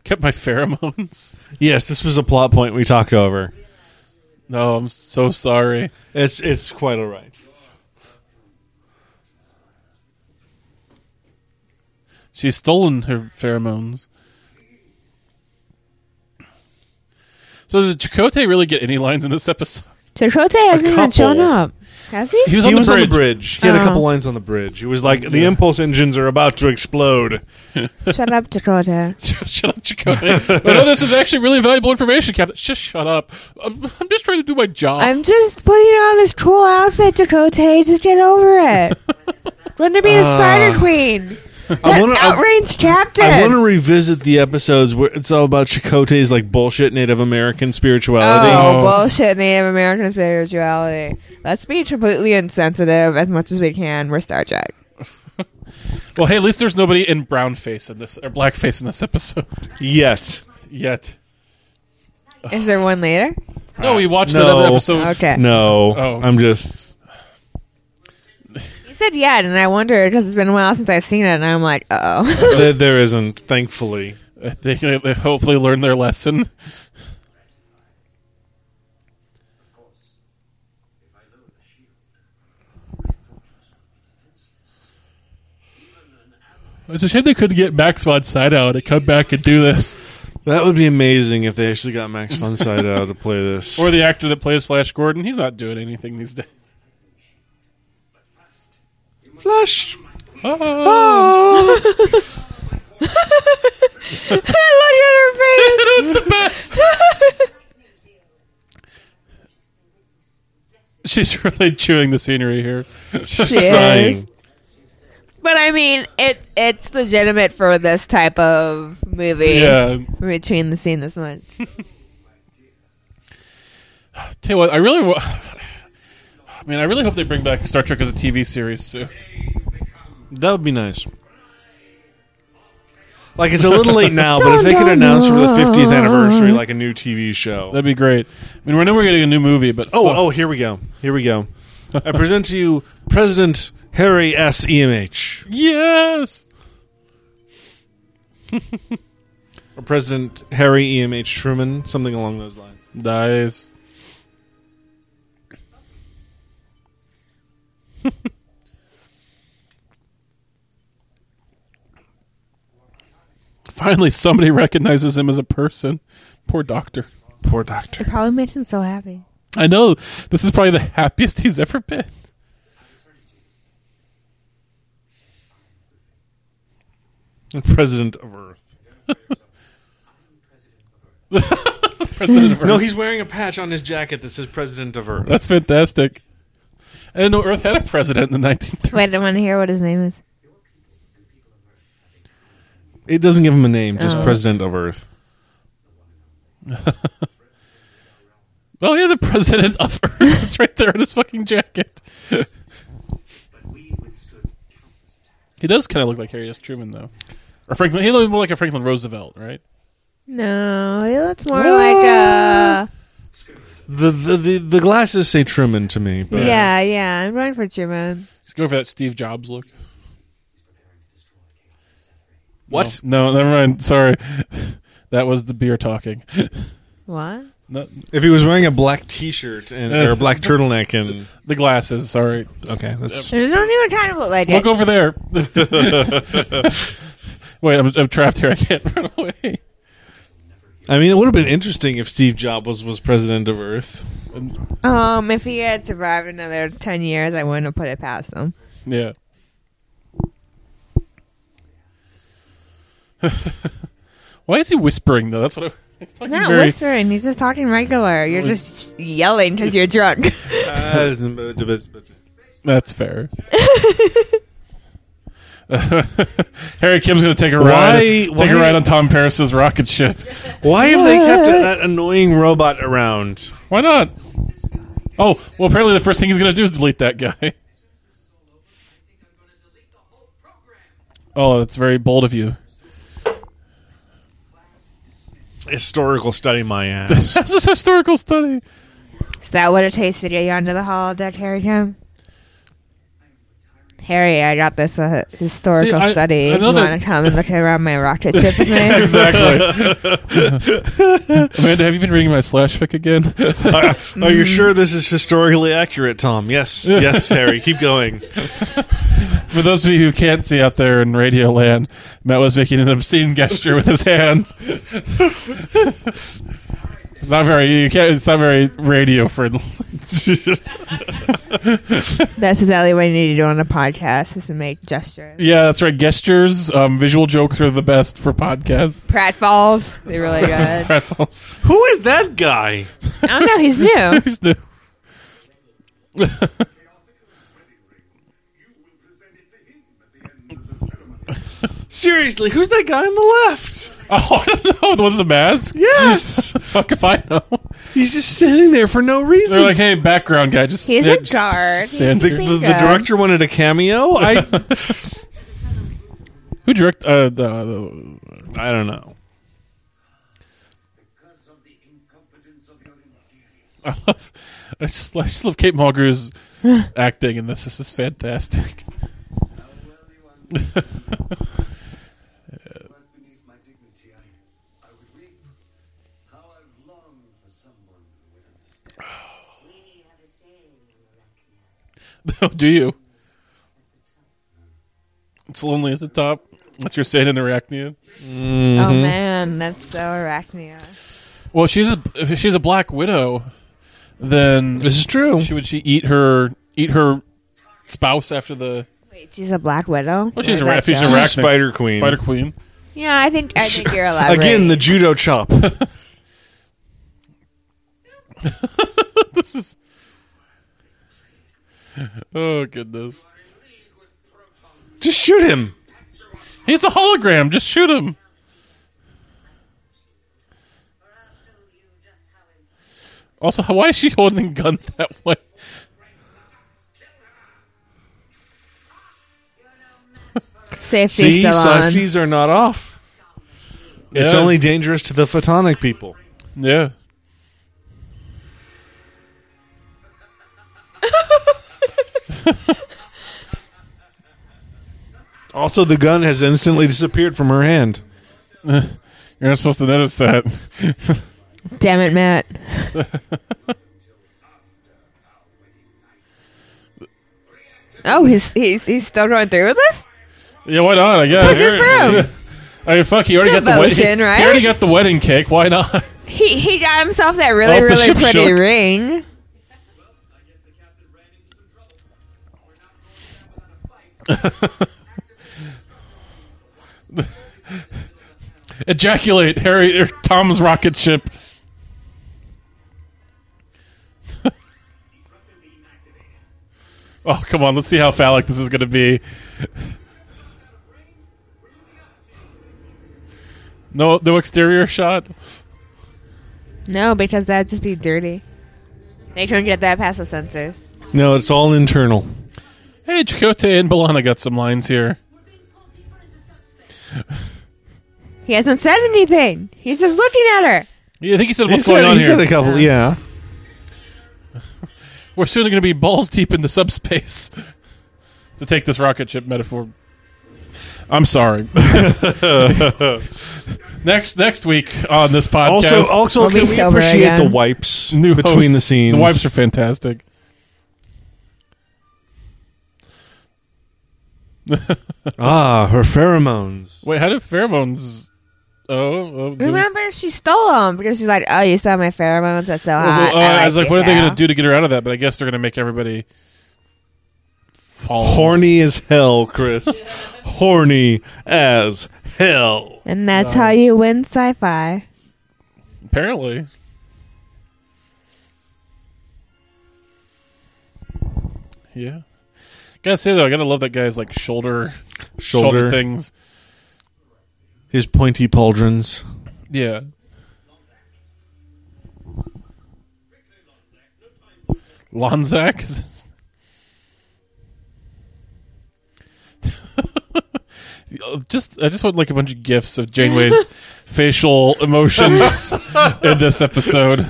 [SPEAKER 6] Kept my pheromones.
[SPEAKER 8] yes, this was a plot point we talked over.
[SPEAKER 6] No, I'm so sorry.
[SPEAKER 8] It's it's quite all right.
[SPEAKER 6] She's stolen her pheromones. So did Chakotay really get any lines in this episode?
[SPEAKER 7] Chakotay hasn't even
[SPEAKER 8] couple.
[SPEAKER 7] shown up. Has he?
[SPEAKER 6] He was,
[SPEAKER 8] he
[SPEAKER 6] on,
[SPEAKER 8] was
[SPEAKER 6] the
[SPEAKER 8] on the
[SPEAKER 6] bridge.
[SPEAKER 8] bridge. He had a
[SPEAKER 7] Oh.
[SPEAKER 8] couple lines on the bridge. He was like, "The impulse engines are about to explode."
[SPEAKER 7] Shut up, Dakota.
[SPEAKER 6] shut up, Chakotay. I know this is actually really valuable information, Captain. Just shut up. I'm, I'm just trying to do my job.
[SPEAKER 7] I'm just putting on this cool outfit, Dakota. Just get over it. Run to be the Spider Queen.
[SPEAKER 8] Uh, I wanna- I-
[SPEAKER 7] Outrange Captain.
[SPEAKER 8] I want to revisit the episodes where it's all about Chakotay's like bullshit Native American spirituality.
[SPEAKER 7] Oh, bullshit, Native American spirituality. Let's be completely insensitive as much as we can. We're Star Trek.
[SPEAKER 6] well, hey, at least there's nobody in brown face in this or black face in this episode
[SPEAKER 8] Yet,
[SPEAKER 6] yet.
[SPEAKER 7] Is there one later?
[SPEAKER 6] No, we watched
[SPEAKER 8] No.
[SPEAKER 6] another episode.
[SPEAKER 7] Okay.
[SPEAKER 8] no,
[SPEAKER 6] Oh.
[SPEAKER 8] I'm just
[SPEAKER 7] You said yet, and I wonder because it's been a while since I've seen it, and I'm like, uh oh.
[SPEAKER 8] there, there isn't. Thankfully,
[SPEAKER 6] I think they, they hopefully learned their lesson. It's a shame they couldn't get Max von Sydow to come back and do this,
[SPEAKER 8] that would be amazing if they actually got Max von Sydow to play this.
[SPEAKER 6] or the actor that plays Flash Gordon. He's not doing anything these days.
[SPEAKER 8] Flash.
[SPEAKER 6] Oh,
[SPEAKER 7] Look
[SPEAKER 6] it's the best. She's really chewing the scenery here.
[SPEAKER 7] at her face. She is. But I mean, it's it's legitimate for this type of movie.
[SPEAKER 6] Yeah.
[SPEAKER 7] Between the scene this much.
[SPEAKER 6] Tell you what, I really, wa- I mean, I really hope they bring back Star Trek as a TV series soon.
[SPEAKER 8] That would be nice. Like it's a little late now, but if they could
[SPEAKER 7] Dun, dun,
[SPEAKER 8] announce for the 50th anniversary like a new TV show.
[SPEAKER 6] That'd be great. I mean, we know we're getting a new movie, but
[SPEAKER 8] Oh,
[SPEAKER 6] fuck.
[SPEAKER 8] oh, here we go. Here we go. I present to you President Harry S. E EMH.
[SPEAKER 6] yes,
[SPEAKER 8] Or President Harry EMH Truman, something along those lines.
[SPEAKER 6] nice. Finally, somebody recognizes him as a person. Poor doctor.
[SPEAKER 8] Poor doctor.
[SPEAKER 7] It probably makes him so happy.
[SPEAKER 6] I know this is probably the happiest he's ever been.
[SPEAKER 8] President of Earth.
[SPEAKER 6] President of Earth.
[SPEAKER 8] No, he's wearing a patch on his jacket that says President of Earth.
[SPEAKER 6] That's fantastic. I didn't know Earth had a president in the 1930s.
[SPEAKER 7] Wait, I want to hear what his name is.
[SPEAKER 8] It doesn't give him a name, just
[SPEAKER 7] Oh.
[SPEAKER 8] President of Earth.
[SPEAKER 6] Oh yeah, the president of Earth. It's right there in his fucking jacket. he does kind of look like Harry S. Truman, though. Or Franklin. He looks more like a Franklin Roosevelt, right?
[SPEAKER 7] No, he looks more like a.
[SPEAKER 8] The, the the the glasses say Truman to me, but
[SPEAKER 7] Yeah, yeah. I'm running for Truman.
[SPEAKER 6] He's going for that Steve Jobs look.
[SPEAKER 8] what?
[SPEAKER 6] Oh, No, never mind. Sorry, that was the beer talking.
[SPEAKER 7] What?
[SPEAKER 6] Not-
[SPEAKER 8] If he was wearing a black T-shirt and or a black turtleneck and
[SPEAKER 6] the glasses. Sorry.
[SPEAKER 8] okay, that's
[SPEAKER 7] They don't even kind of look like it.
[SPEAKER 6] Look over there. Wait, I'm, I'm trapped here. I can't run away.
[SPEAKER 8] I mean, it would have been interesting if Steve Jobs was, was president of Earth.
[SPEAKER 7] Um, if he had survived another ten years, I wouldn't have put it past him.
[SPEAKER 6] Yeah. Why is he whispering though? That's what I. He's talking
[SPEAKER 7] Not
[SPEAKER 6] very-
[SPEAKER 7] whispering. He's just talking regular. You're just yelling because you're drunk.
[SPEAKER 6] That's fair. Harry Kim's gonna take a ride.
[SPEAKER 8] Why-
[SPEAKER 6] Take
[SPEAKER 8] why-
[SPEAKER 6] a ride on Tom Paris's rocket ship.
[SPEAKER 8] Why have they kept that annoying robot around?
[SPEAKER 6] Why not? Oh well, apparently the first thing he's gonna do is delete that guy. Oh, that's very bold of you.
[SPEAKER 8] Historical study, my ass.
[SPEAKER 6] That's a historical study.
[SPEAKER 7] Is that what it tastes to get you onto the holodeck, Harry Kim? Harry, I got this uh, historical
[SPEAKER 6] See, I-
[SPEAKER 7] study.
[SPEAKER 6] I know
[SPEAKER 7] you
[SPEAKER 6] that-
[SPEAKER 7] want to come and look around my rocket ship with me?
[SPEAKER 6] exactly. Amanda, have you been reading my slash fic again?
[SPEAKER 8] are, are you sure this is historically accurate, Tom? Yes, yes, Harry. Keep going.
[SPEAKER 6] For those of you who can't see out there in Radio Land, Matt was making an obscene gesture with his hands. It's not very. You can't, it's not very radio friendly.
[SPEAKER 7] That's exactly what you need to do on a podcast is to make gestures.
[SPEAKER 6] yeah, that's right. Gestures, um, visual jokes are the best for podcasts.
[SPEAKER 7] Pratfalls. They really good.
[SPEAKER 6] Pretzels.
[SPEAKER 8] Who is that guy?
[SPEAKER 7] I don't know. Oh, He's new.
[SPEAKER 6] Who's the-
[SPEAKER 8] Seriously, who's that guy on the left?
[SPEAKER 6] Oh, I don't know. The one with the mask.
[SPEAKER 8] Yes,
[SPEAKER 6] Fuck if I know.
[SPEAKER 8] he's just standing there for no reason.
[SPEAKER 6] They're like, hey, background guy, just
[SPEAKER 7] He's
[SPEAKER 6] stand-
[SPEAKER 7] a
[SPEAKER 6] just-
[SPEAKER 7] guard.
[SPEAKER 6] just stand
[SPEAKER 8] the,
[SPEAKER 6] here.
[SPEAKER 8] the, the director wanted a cameo. I
[SPEAKER 6] Who direct? Uh, the, the,
[SPEAKER 8] I don't know.
[SPEAKER 6] I love. I just, I just love Kate Mulgrew's acting in this. This is fantastic.
[SPEAKER 2] But beneath my dignity, I, I would weep. How I've longed for someone who would understand.
[SPEAKER 4] We have a saying in Arachnia.
[SPEAKER 6] Oh, do you? It's lonely at the top. That's your saying in Arachnean.
[SPEAKER 7] Oh man, that's so arachnia.
[SPEAKER 6] Well, she's a, if she's a black widow, then
[SPEAKER 8] This is true.
[SPEAKER 6] she would she eat her eat her spouse after the
[SPEAKER 7] Wait, she's a black widow.
[SPEAKER 6] Well,
[SPEAKER 7] Where's
[SPEAKER 6] she's a
[SPEAKER 7] that
[SPEAKER 6] ra- she's a
[SPEAKER 7] shown?
[SPEAKER 6] ra-
[SPEAKER 8] Spider Queen.
[SPEAKER 6] spider queen.
[SPEAKER 7] Yeah, I think I think you're allowed.
[SPEAKER 8] Again, the judo chop.
[SPEAKER 6] This is oh goodness.
[SPEAKER 8] just shoot him.
[SPEAKER 6] He's a hologram. Just shoot him.
[SPEAKER 4] Or I'll show you just how it
[SPEAKER 6] Also, why is she holding the gun that way?
[SPEAKER 7] safety's
[SPEAKER 8] See,
[SPEAKER 7] still on.
[SPEAKER 8] safeties are not off. It's
[SPEAKER 6] Yeah.
[SPEAKER 8] only dangerous to the photonic people.
[SPEAKER 6] yeah.
[SPEAKER 8] Also, the gun has instantly disappeared from her hand.
[SPEAKER 6] You're not supposed to notice that.
[SPEAKER 7] Damn it, Matt. oh, he's he's he's still going through with this.
[SPEAKER 6] yeah, why not? I guess.
[SPEAKER 7] What's his problem?
[SPEAKER 6] I mean, fuck. He already got the
[SPEAKER 7] Devotion,
[SPEAKER 6] wedding.
[SPEAKER 7] right?
[SPEAKER 6] He already got the wedding cake. Why not?
[SPEAKER 7] He he got himself that really
[SPEAKER 6] Oh, the
[SPEAKER 7] really
[SPEAKER 6] ship
[SPEAKER 7] pretty
[SPEAKER 6] shook.
[SPEAKER 7] ring.
[SPEAKER 6] Ejaculate, Harry or Tom's rocket ship. oh, come on. Let's see how phallic this is going to be. No, no exterior shot.
[SPEAKER 7] No, because that'd just be dirty. They couldn't get that past the sensors.
[SPEAKER 8] No, it's all internal.
[SPEAKER 6] Hey, Chakotay and Balana got some lines here.
[SPEAKER 7] He hasn't said anything. He's just looking at her.
[SPEAKER 6] Yeah, I think he said
[SPEAKER 8] He
[SPEAKER 6] what's
[SPEAKER 8] said,
[SPEAKER 6] going on
[SPEAKER 8] he said
[SPEAKER 6] here.
[SPEAKER 8] a couple. Yeah.
[SPEAKER 6] We're soon going to be balls deep into subspace. to take this rocket ship metaphor, I'm sorry.
[SPEAKER 8] Uh,
[SPEAKER 6] next next week on this podcast,
[SPEAKER 8] Also, also,
[SPEAKER 7] We'll be
[SPEAKER 8] can we
[SPEAKER 7] sober
[SPEAKER 8] appreciate
[SPEAKER 7] again.
[SPEAKER 8] the wipes
[SPEAKER 6] new
[SPEAKER 8] between
[SPEAKER 6] host-
[SPEAKER 8] the scenes?
[SPEAKER 6] the wipes are fantastic.
[SPEAKER 8] ah, her pheromones.
[SPEAKER 6] Wait, how did pheromones? Oh, oh do we-
[SPEAKER 7] Remember, she stole them because she's like, "Oh, you stole my pheromones. That's so
[SPEAKER 6] Oh, well,
[SPEAKER 7] hot."
[SPEAKER 6] oh, I, was like, what are they
[SPEAKER 7] going
[SPEAKER 6] going to do to get her out of that? But I guess they're going to make everybody fall.
[SPEAKER 8] Horny as hell, Chris. Horny as hell.
[SPEAKER 7] And that's how you win sci-fi.
[SPEAKER 6] Apparently. Yeah. Gotta say though, I gotta love that guy's like shoulder shoulder,
[SPEAKER 8] Shoulder,
[SPEAKER 6] things.
[SPEAKER 8] his pointy pauldrons.
[SPEAKER 6] Yeah. Lonzak is his- just I just want like a bunch of gifs of Janeway's facial emotions in this episode.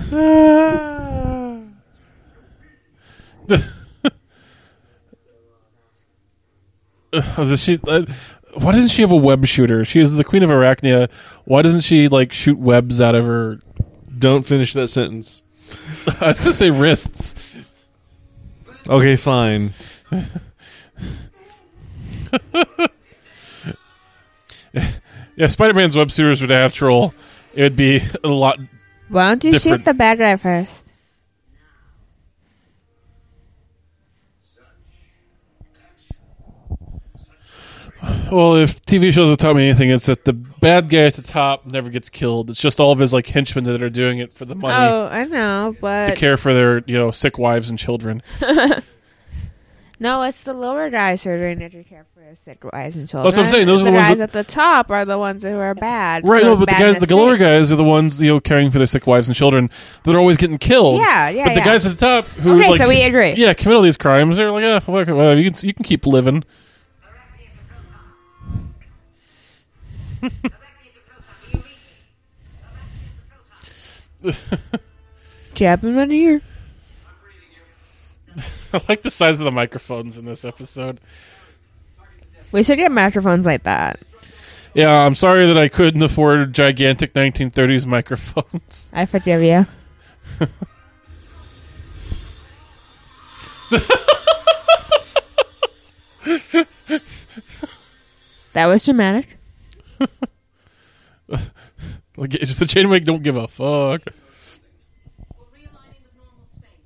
[SPEAKER 6] Uh, does she? Uh, why doesn't she have a web shooter? She is the queen of Arachnia. Why doesn't she like shoot webs out of her?
[SPEAKER 8] Don't finish that sentence.
[SPEAKER 6] I was gonna say wrists.
[SPEAKER 8] Okay, fine.
[SPEAKER 6] Yeah, Spider Man's web shooters were natural. It would be a lot
[SPEAKER 7] Why don't you
[SPEAKER 6] Different-
[SPEAKER 7] shoot the bad guy first?
[SPEAKER 6] Well, if TV shows have taught me anything, it's that the bad guy at the top never gets killed. It's just all of his like henchmen that are doing it for the money
[SPEAKER 7] Oh, I know,
[SPEAKER 6] to
[SPEAKER 7] but
[SPEAKER 6] care for their you know sick wives and children.
[SPEAKER 7] no, it's the lower guys who are doing it to care for the sick wives and children.
[SPEAKER 6] what I'm saying. Those are
[SPEAKER 7] the
[SPEAKER 6] the ones
[SPEAKER 7] guys
[SPEAKER 6] that-
[SPEAKER 7] at the top are the ones who are bad.
[SPEAKER 6] Right,
[SPEAKER 7] for
[SPEAKER 6] no, but the guys, the
[SPEAKER 7] badness'
[SPEAKER 6] galore
[SPEAKER 7] sake.
[SPEAKER 6] guys, are the ones you know caring for their sick wives and children that are always getting killed.
[SPEAKER 7] Yeah, yeah,
[SPEAKER 6] But the
[SPEAKER 7] yeah.
[SPEAKER 6] guys at the top who
[SPEAKER 7] Okay,
[SPEAKER 6] like,
[SPEAKER 7] so we agree.
[SPEAKER 6] Yeah, commit all these crimes. They're like, yeah, fuck it, well, you can you can keep living.
[SPEAKER 4] Arachne to Proton. Arachne to Proton. Do you read me? Arachne to Proton.
[SPEAKER 7] Jab him in here.
[SPEAKER 6] I like the size of the microphones in this episode.
[SPEAKER 7] We should get microphones like that.
[SPEAKER 6] Yeah, I'm sorry that I couldn't afford gigantic 1930s microphones.
[SPEAKER 7] I forgive you. that was dramatic.
[SPEAKER 6] Like, it's- but Jane Wake don't give a fuck.
[SPEAKER 4] We're realigning with normal space.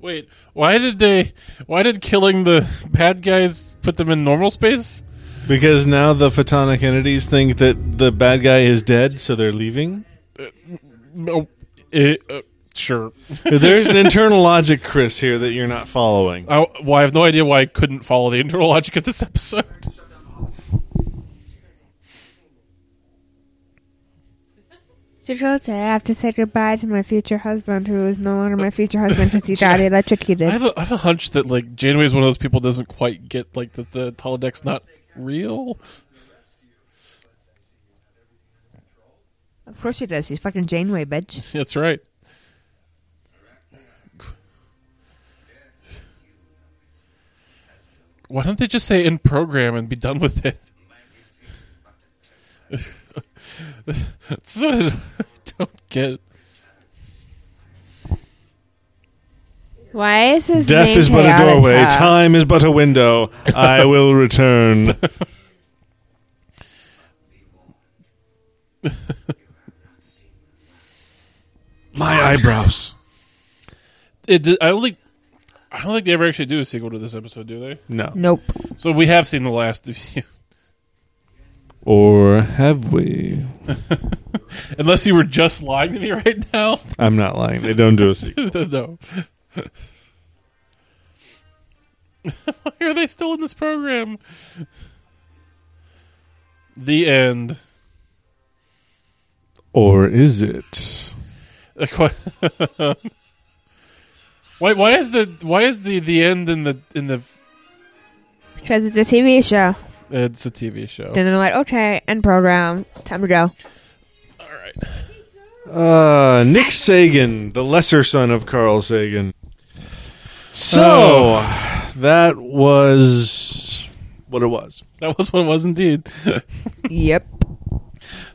[SPEAKER 6] Wait, why did they? Why did killing the bad guys put them in normal space?
[SPEAKER 8] Because now the photonic entities think that the bad guy is dead, so they're leaving.
[SPEAKER 6] No, eh, uh, sure.
[SPEAKER 8] There's an internal logic, Chris, here that you're not following.
[SPEAKER 6] I, well, I have no idea why I couldn't follow the internal logic of this episode.
[SPEAKER 7] Chichote, I have to say goodbye to my future husband, who is no longer my future husband because he died
[SPEAKER 6] I
[SPEAKER 7] electrocuted.
[SPEAKER 6] have a, I have a hunch that like Janeway is one of those people that doesn't quite get like that the holodeck's not real.
[SPEAKER 7] Of course she does. She's fucking Janeway, bitch.
[SPEAKER 6] That's right. Why don't they just say in program and be done with it? That's what I don't get.
[SPEAKER 7] Why is his
[SPEAKER 8] Death
[SPEAKER 7] name
[SPEAKER 8] is but a
[SPEAKER 7] chaotic Uh,
[SPEAKER 8] doorway,
[SPEAKER 6] uh,
[SPEAKER 7] hub?
[SPEAKER 8] time is but a window. I will return. My eyebrows.
[SPEAKER 6] it. I don't think. I don't think they ever actually do a sequel to this episode, do they?
[SPEAKER 8] No.
[SPEAKER 7] Nope.
[SPEAKER 6] So we have seen the last of you.
[SPEAKER 8] Or have we?
[SPEAKER 6] Unless you were just lying to me right now.
[SPEAKER 8] I'm not lying. They don't do a sequel.
[SPEAKER 6] no. Why are they still in this program? The end.
[SPEAKER 8] Or is it?
[SPEAKER 6] why? Why is the why is the the end in the in the
[SPEAKER 7] Because it's a TV show.
[SPEAKER 6] eh, it's a TV show?
[SPEAKER 7] Then they're like, okay, end program. Time to go.
[SPEAKER 6] All right.
[SPEAKER 8] Uh, Nick Sagan, the lesser son of Carl Sagan. So
[SPEAKER 6] Oh.
[SPEAKER 8] that was what it was.
[SPEAKER 6] That was what it was indeed.
[SPEAKER 7] Yep.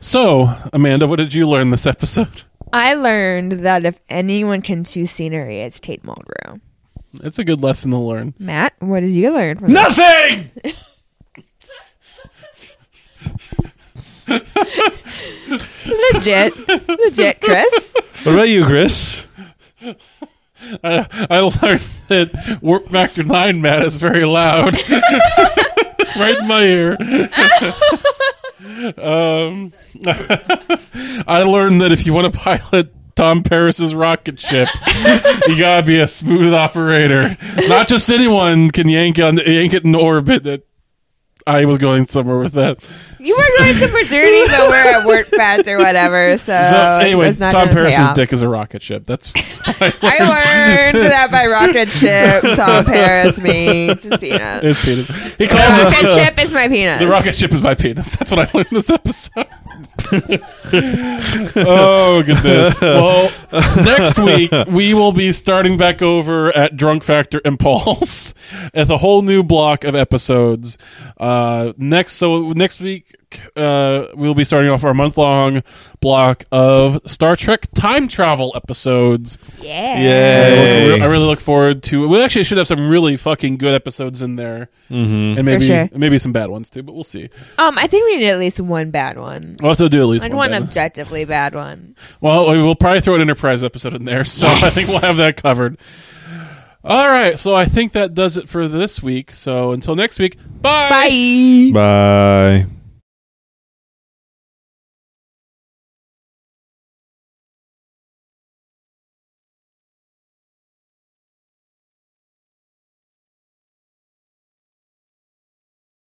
[SPEAKER 6] so, Amanda, what did you learn this episode?
[SPEAKER 7] I learned that if anyone can choose scenery, it's Kate Mulgrew.
[SPEAKER 6] It's a good lesson to learn.
[SPEAKER 7] Matt, what did you learn from this?
[SPEAKER 8] Nothing.
[SPEAKER 7] Legit. Legit, Chris.
[SPEAKER 8] What about you, Chris?
[SPEAKER 6] I, I learned that Warp Factor 9 Matt is very loud. right in my ear. um, I learned that if you want to pilot Tom Paris's rocket ship, you gotta be a smooth operator. Not just anyone can yank on yank it in orbit. That I was going somewhere with that.
[SPEAKER 7] You were going to fraternity, but we're at work fast or whatever. So,
[SPEAKER 6] So anyway,
[SPEAKER 7] Uh, it's not
[SPEAKER 6] Tom
[SPEAKER 7] gonna pay
[SPEAKER 6] Paris's
[SPEAKER 7] off.
[SPEAKER 6] dick is a rocket ship. That's
[SPEAKER 7] I learned that by rocket ship, Tom Paris means his penis.
[SPEAKER 6] his penis.
[SPEAKER 7] The
[SPEAKER 6] He calls his
[SPEAKER 7] rocket ship is my penis.
[SPEAKER 6] The rocket ship is my penis. That's what I learned in this episode. oh goodness! Well, next week we will be starting back over at Drunk Factor Impulse at the whole new block of episodes. Uh, Uh, next, so next week uh, we'll be starting off our month long block of Star Trek time travel episodes.
[SPEAKER 7] Yeah.
[SPEAKER 6] I, look- I
[SPEAKER 8] Yay.
[SPEAKER 6] really look forward to. We actually should have some really fucking good episodes in there, mm-hmm. and maybe
[SPEAKER 7] sure.
[SPEAKER 6] maybe some bad ones too. But we'll see.
[SPEAKER 7] Um, I think we need at least one bad one.
[SPEAKER 6] We'll have to do at least
[SPEAKER 7] Like one
[SPEAKER 6] one. then.
[SPEAKER 7] objectively bad one.
[SPEAKER 6] Well, we- we'll probably throw an Enterprise episode in there, so I think we'll have that covered. All right, so I think that does it for this week. So until next week,
[SPEAKER 7] Bye.
[SPEAKER 6] bye.
[SPEAKER 8] Bye.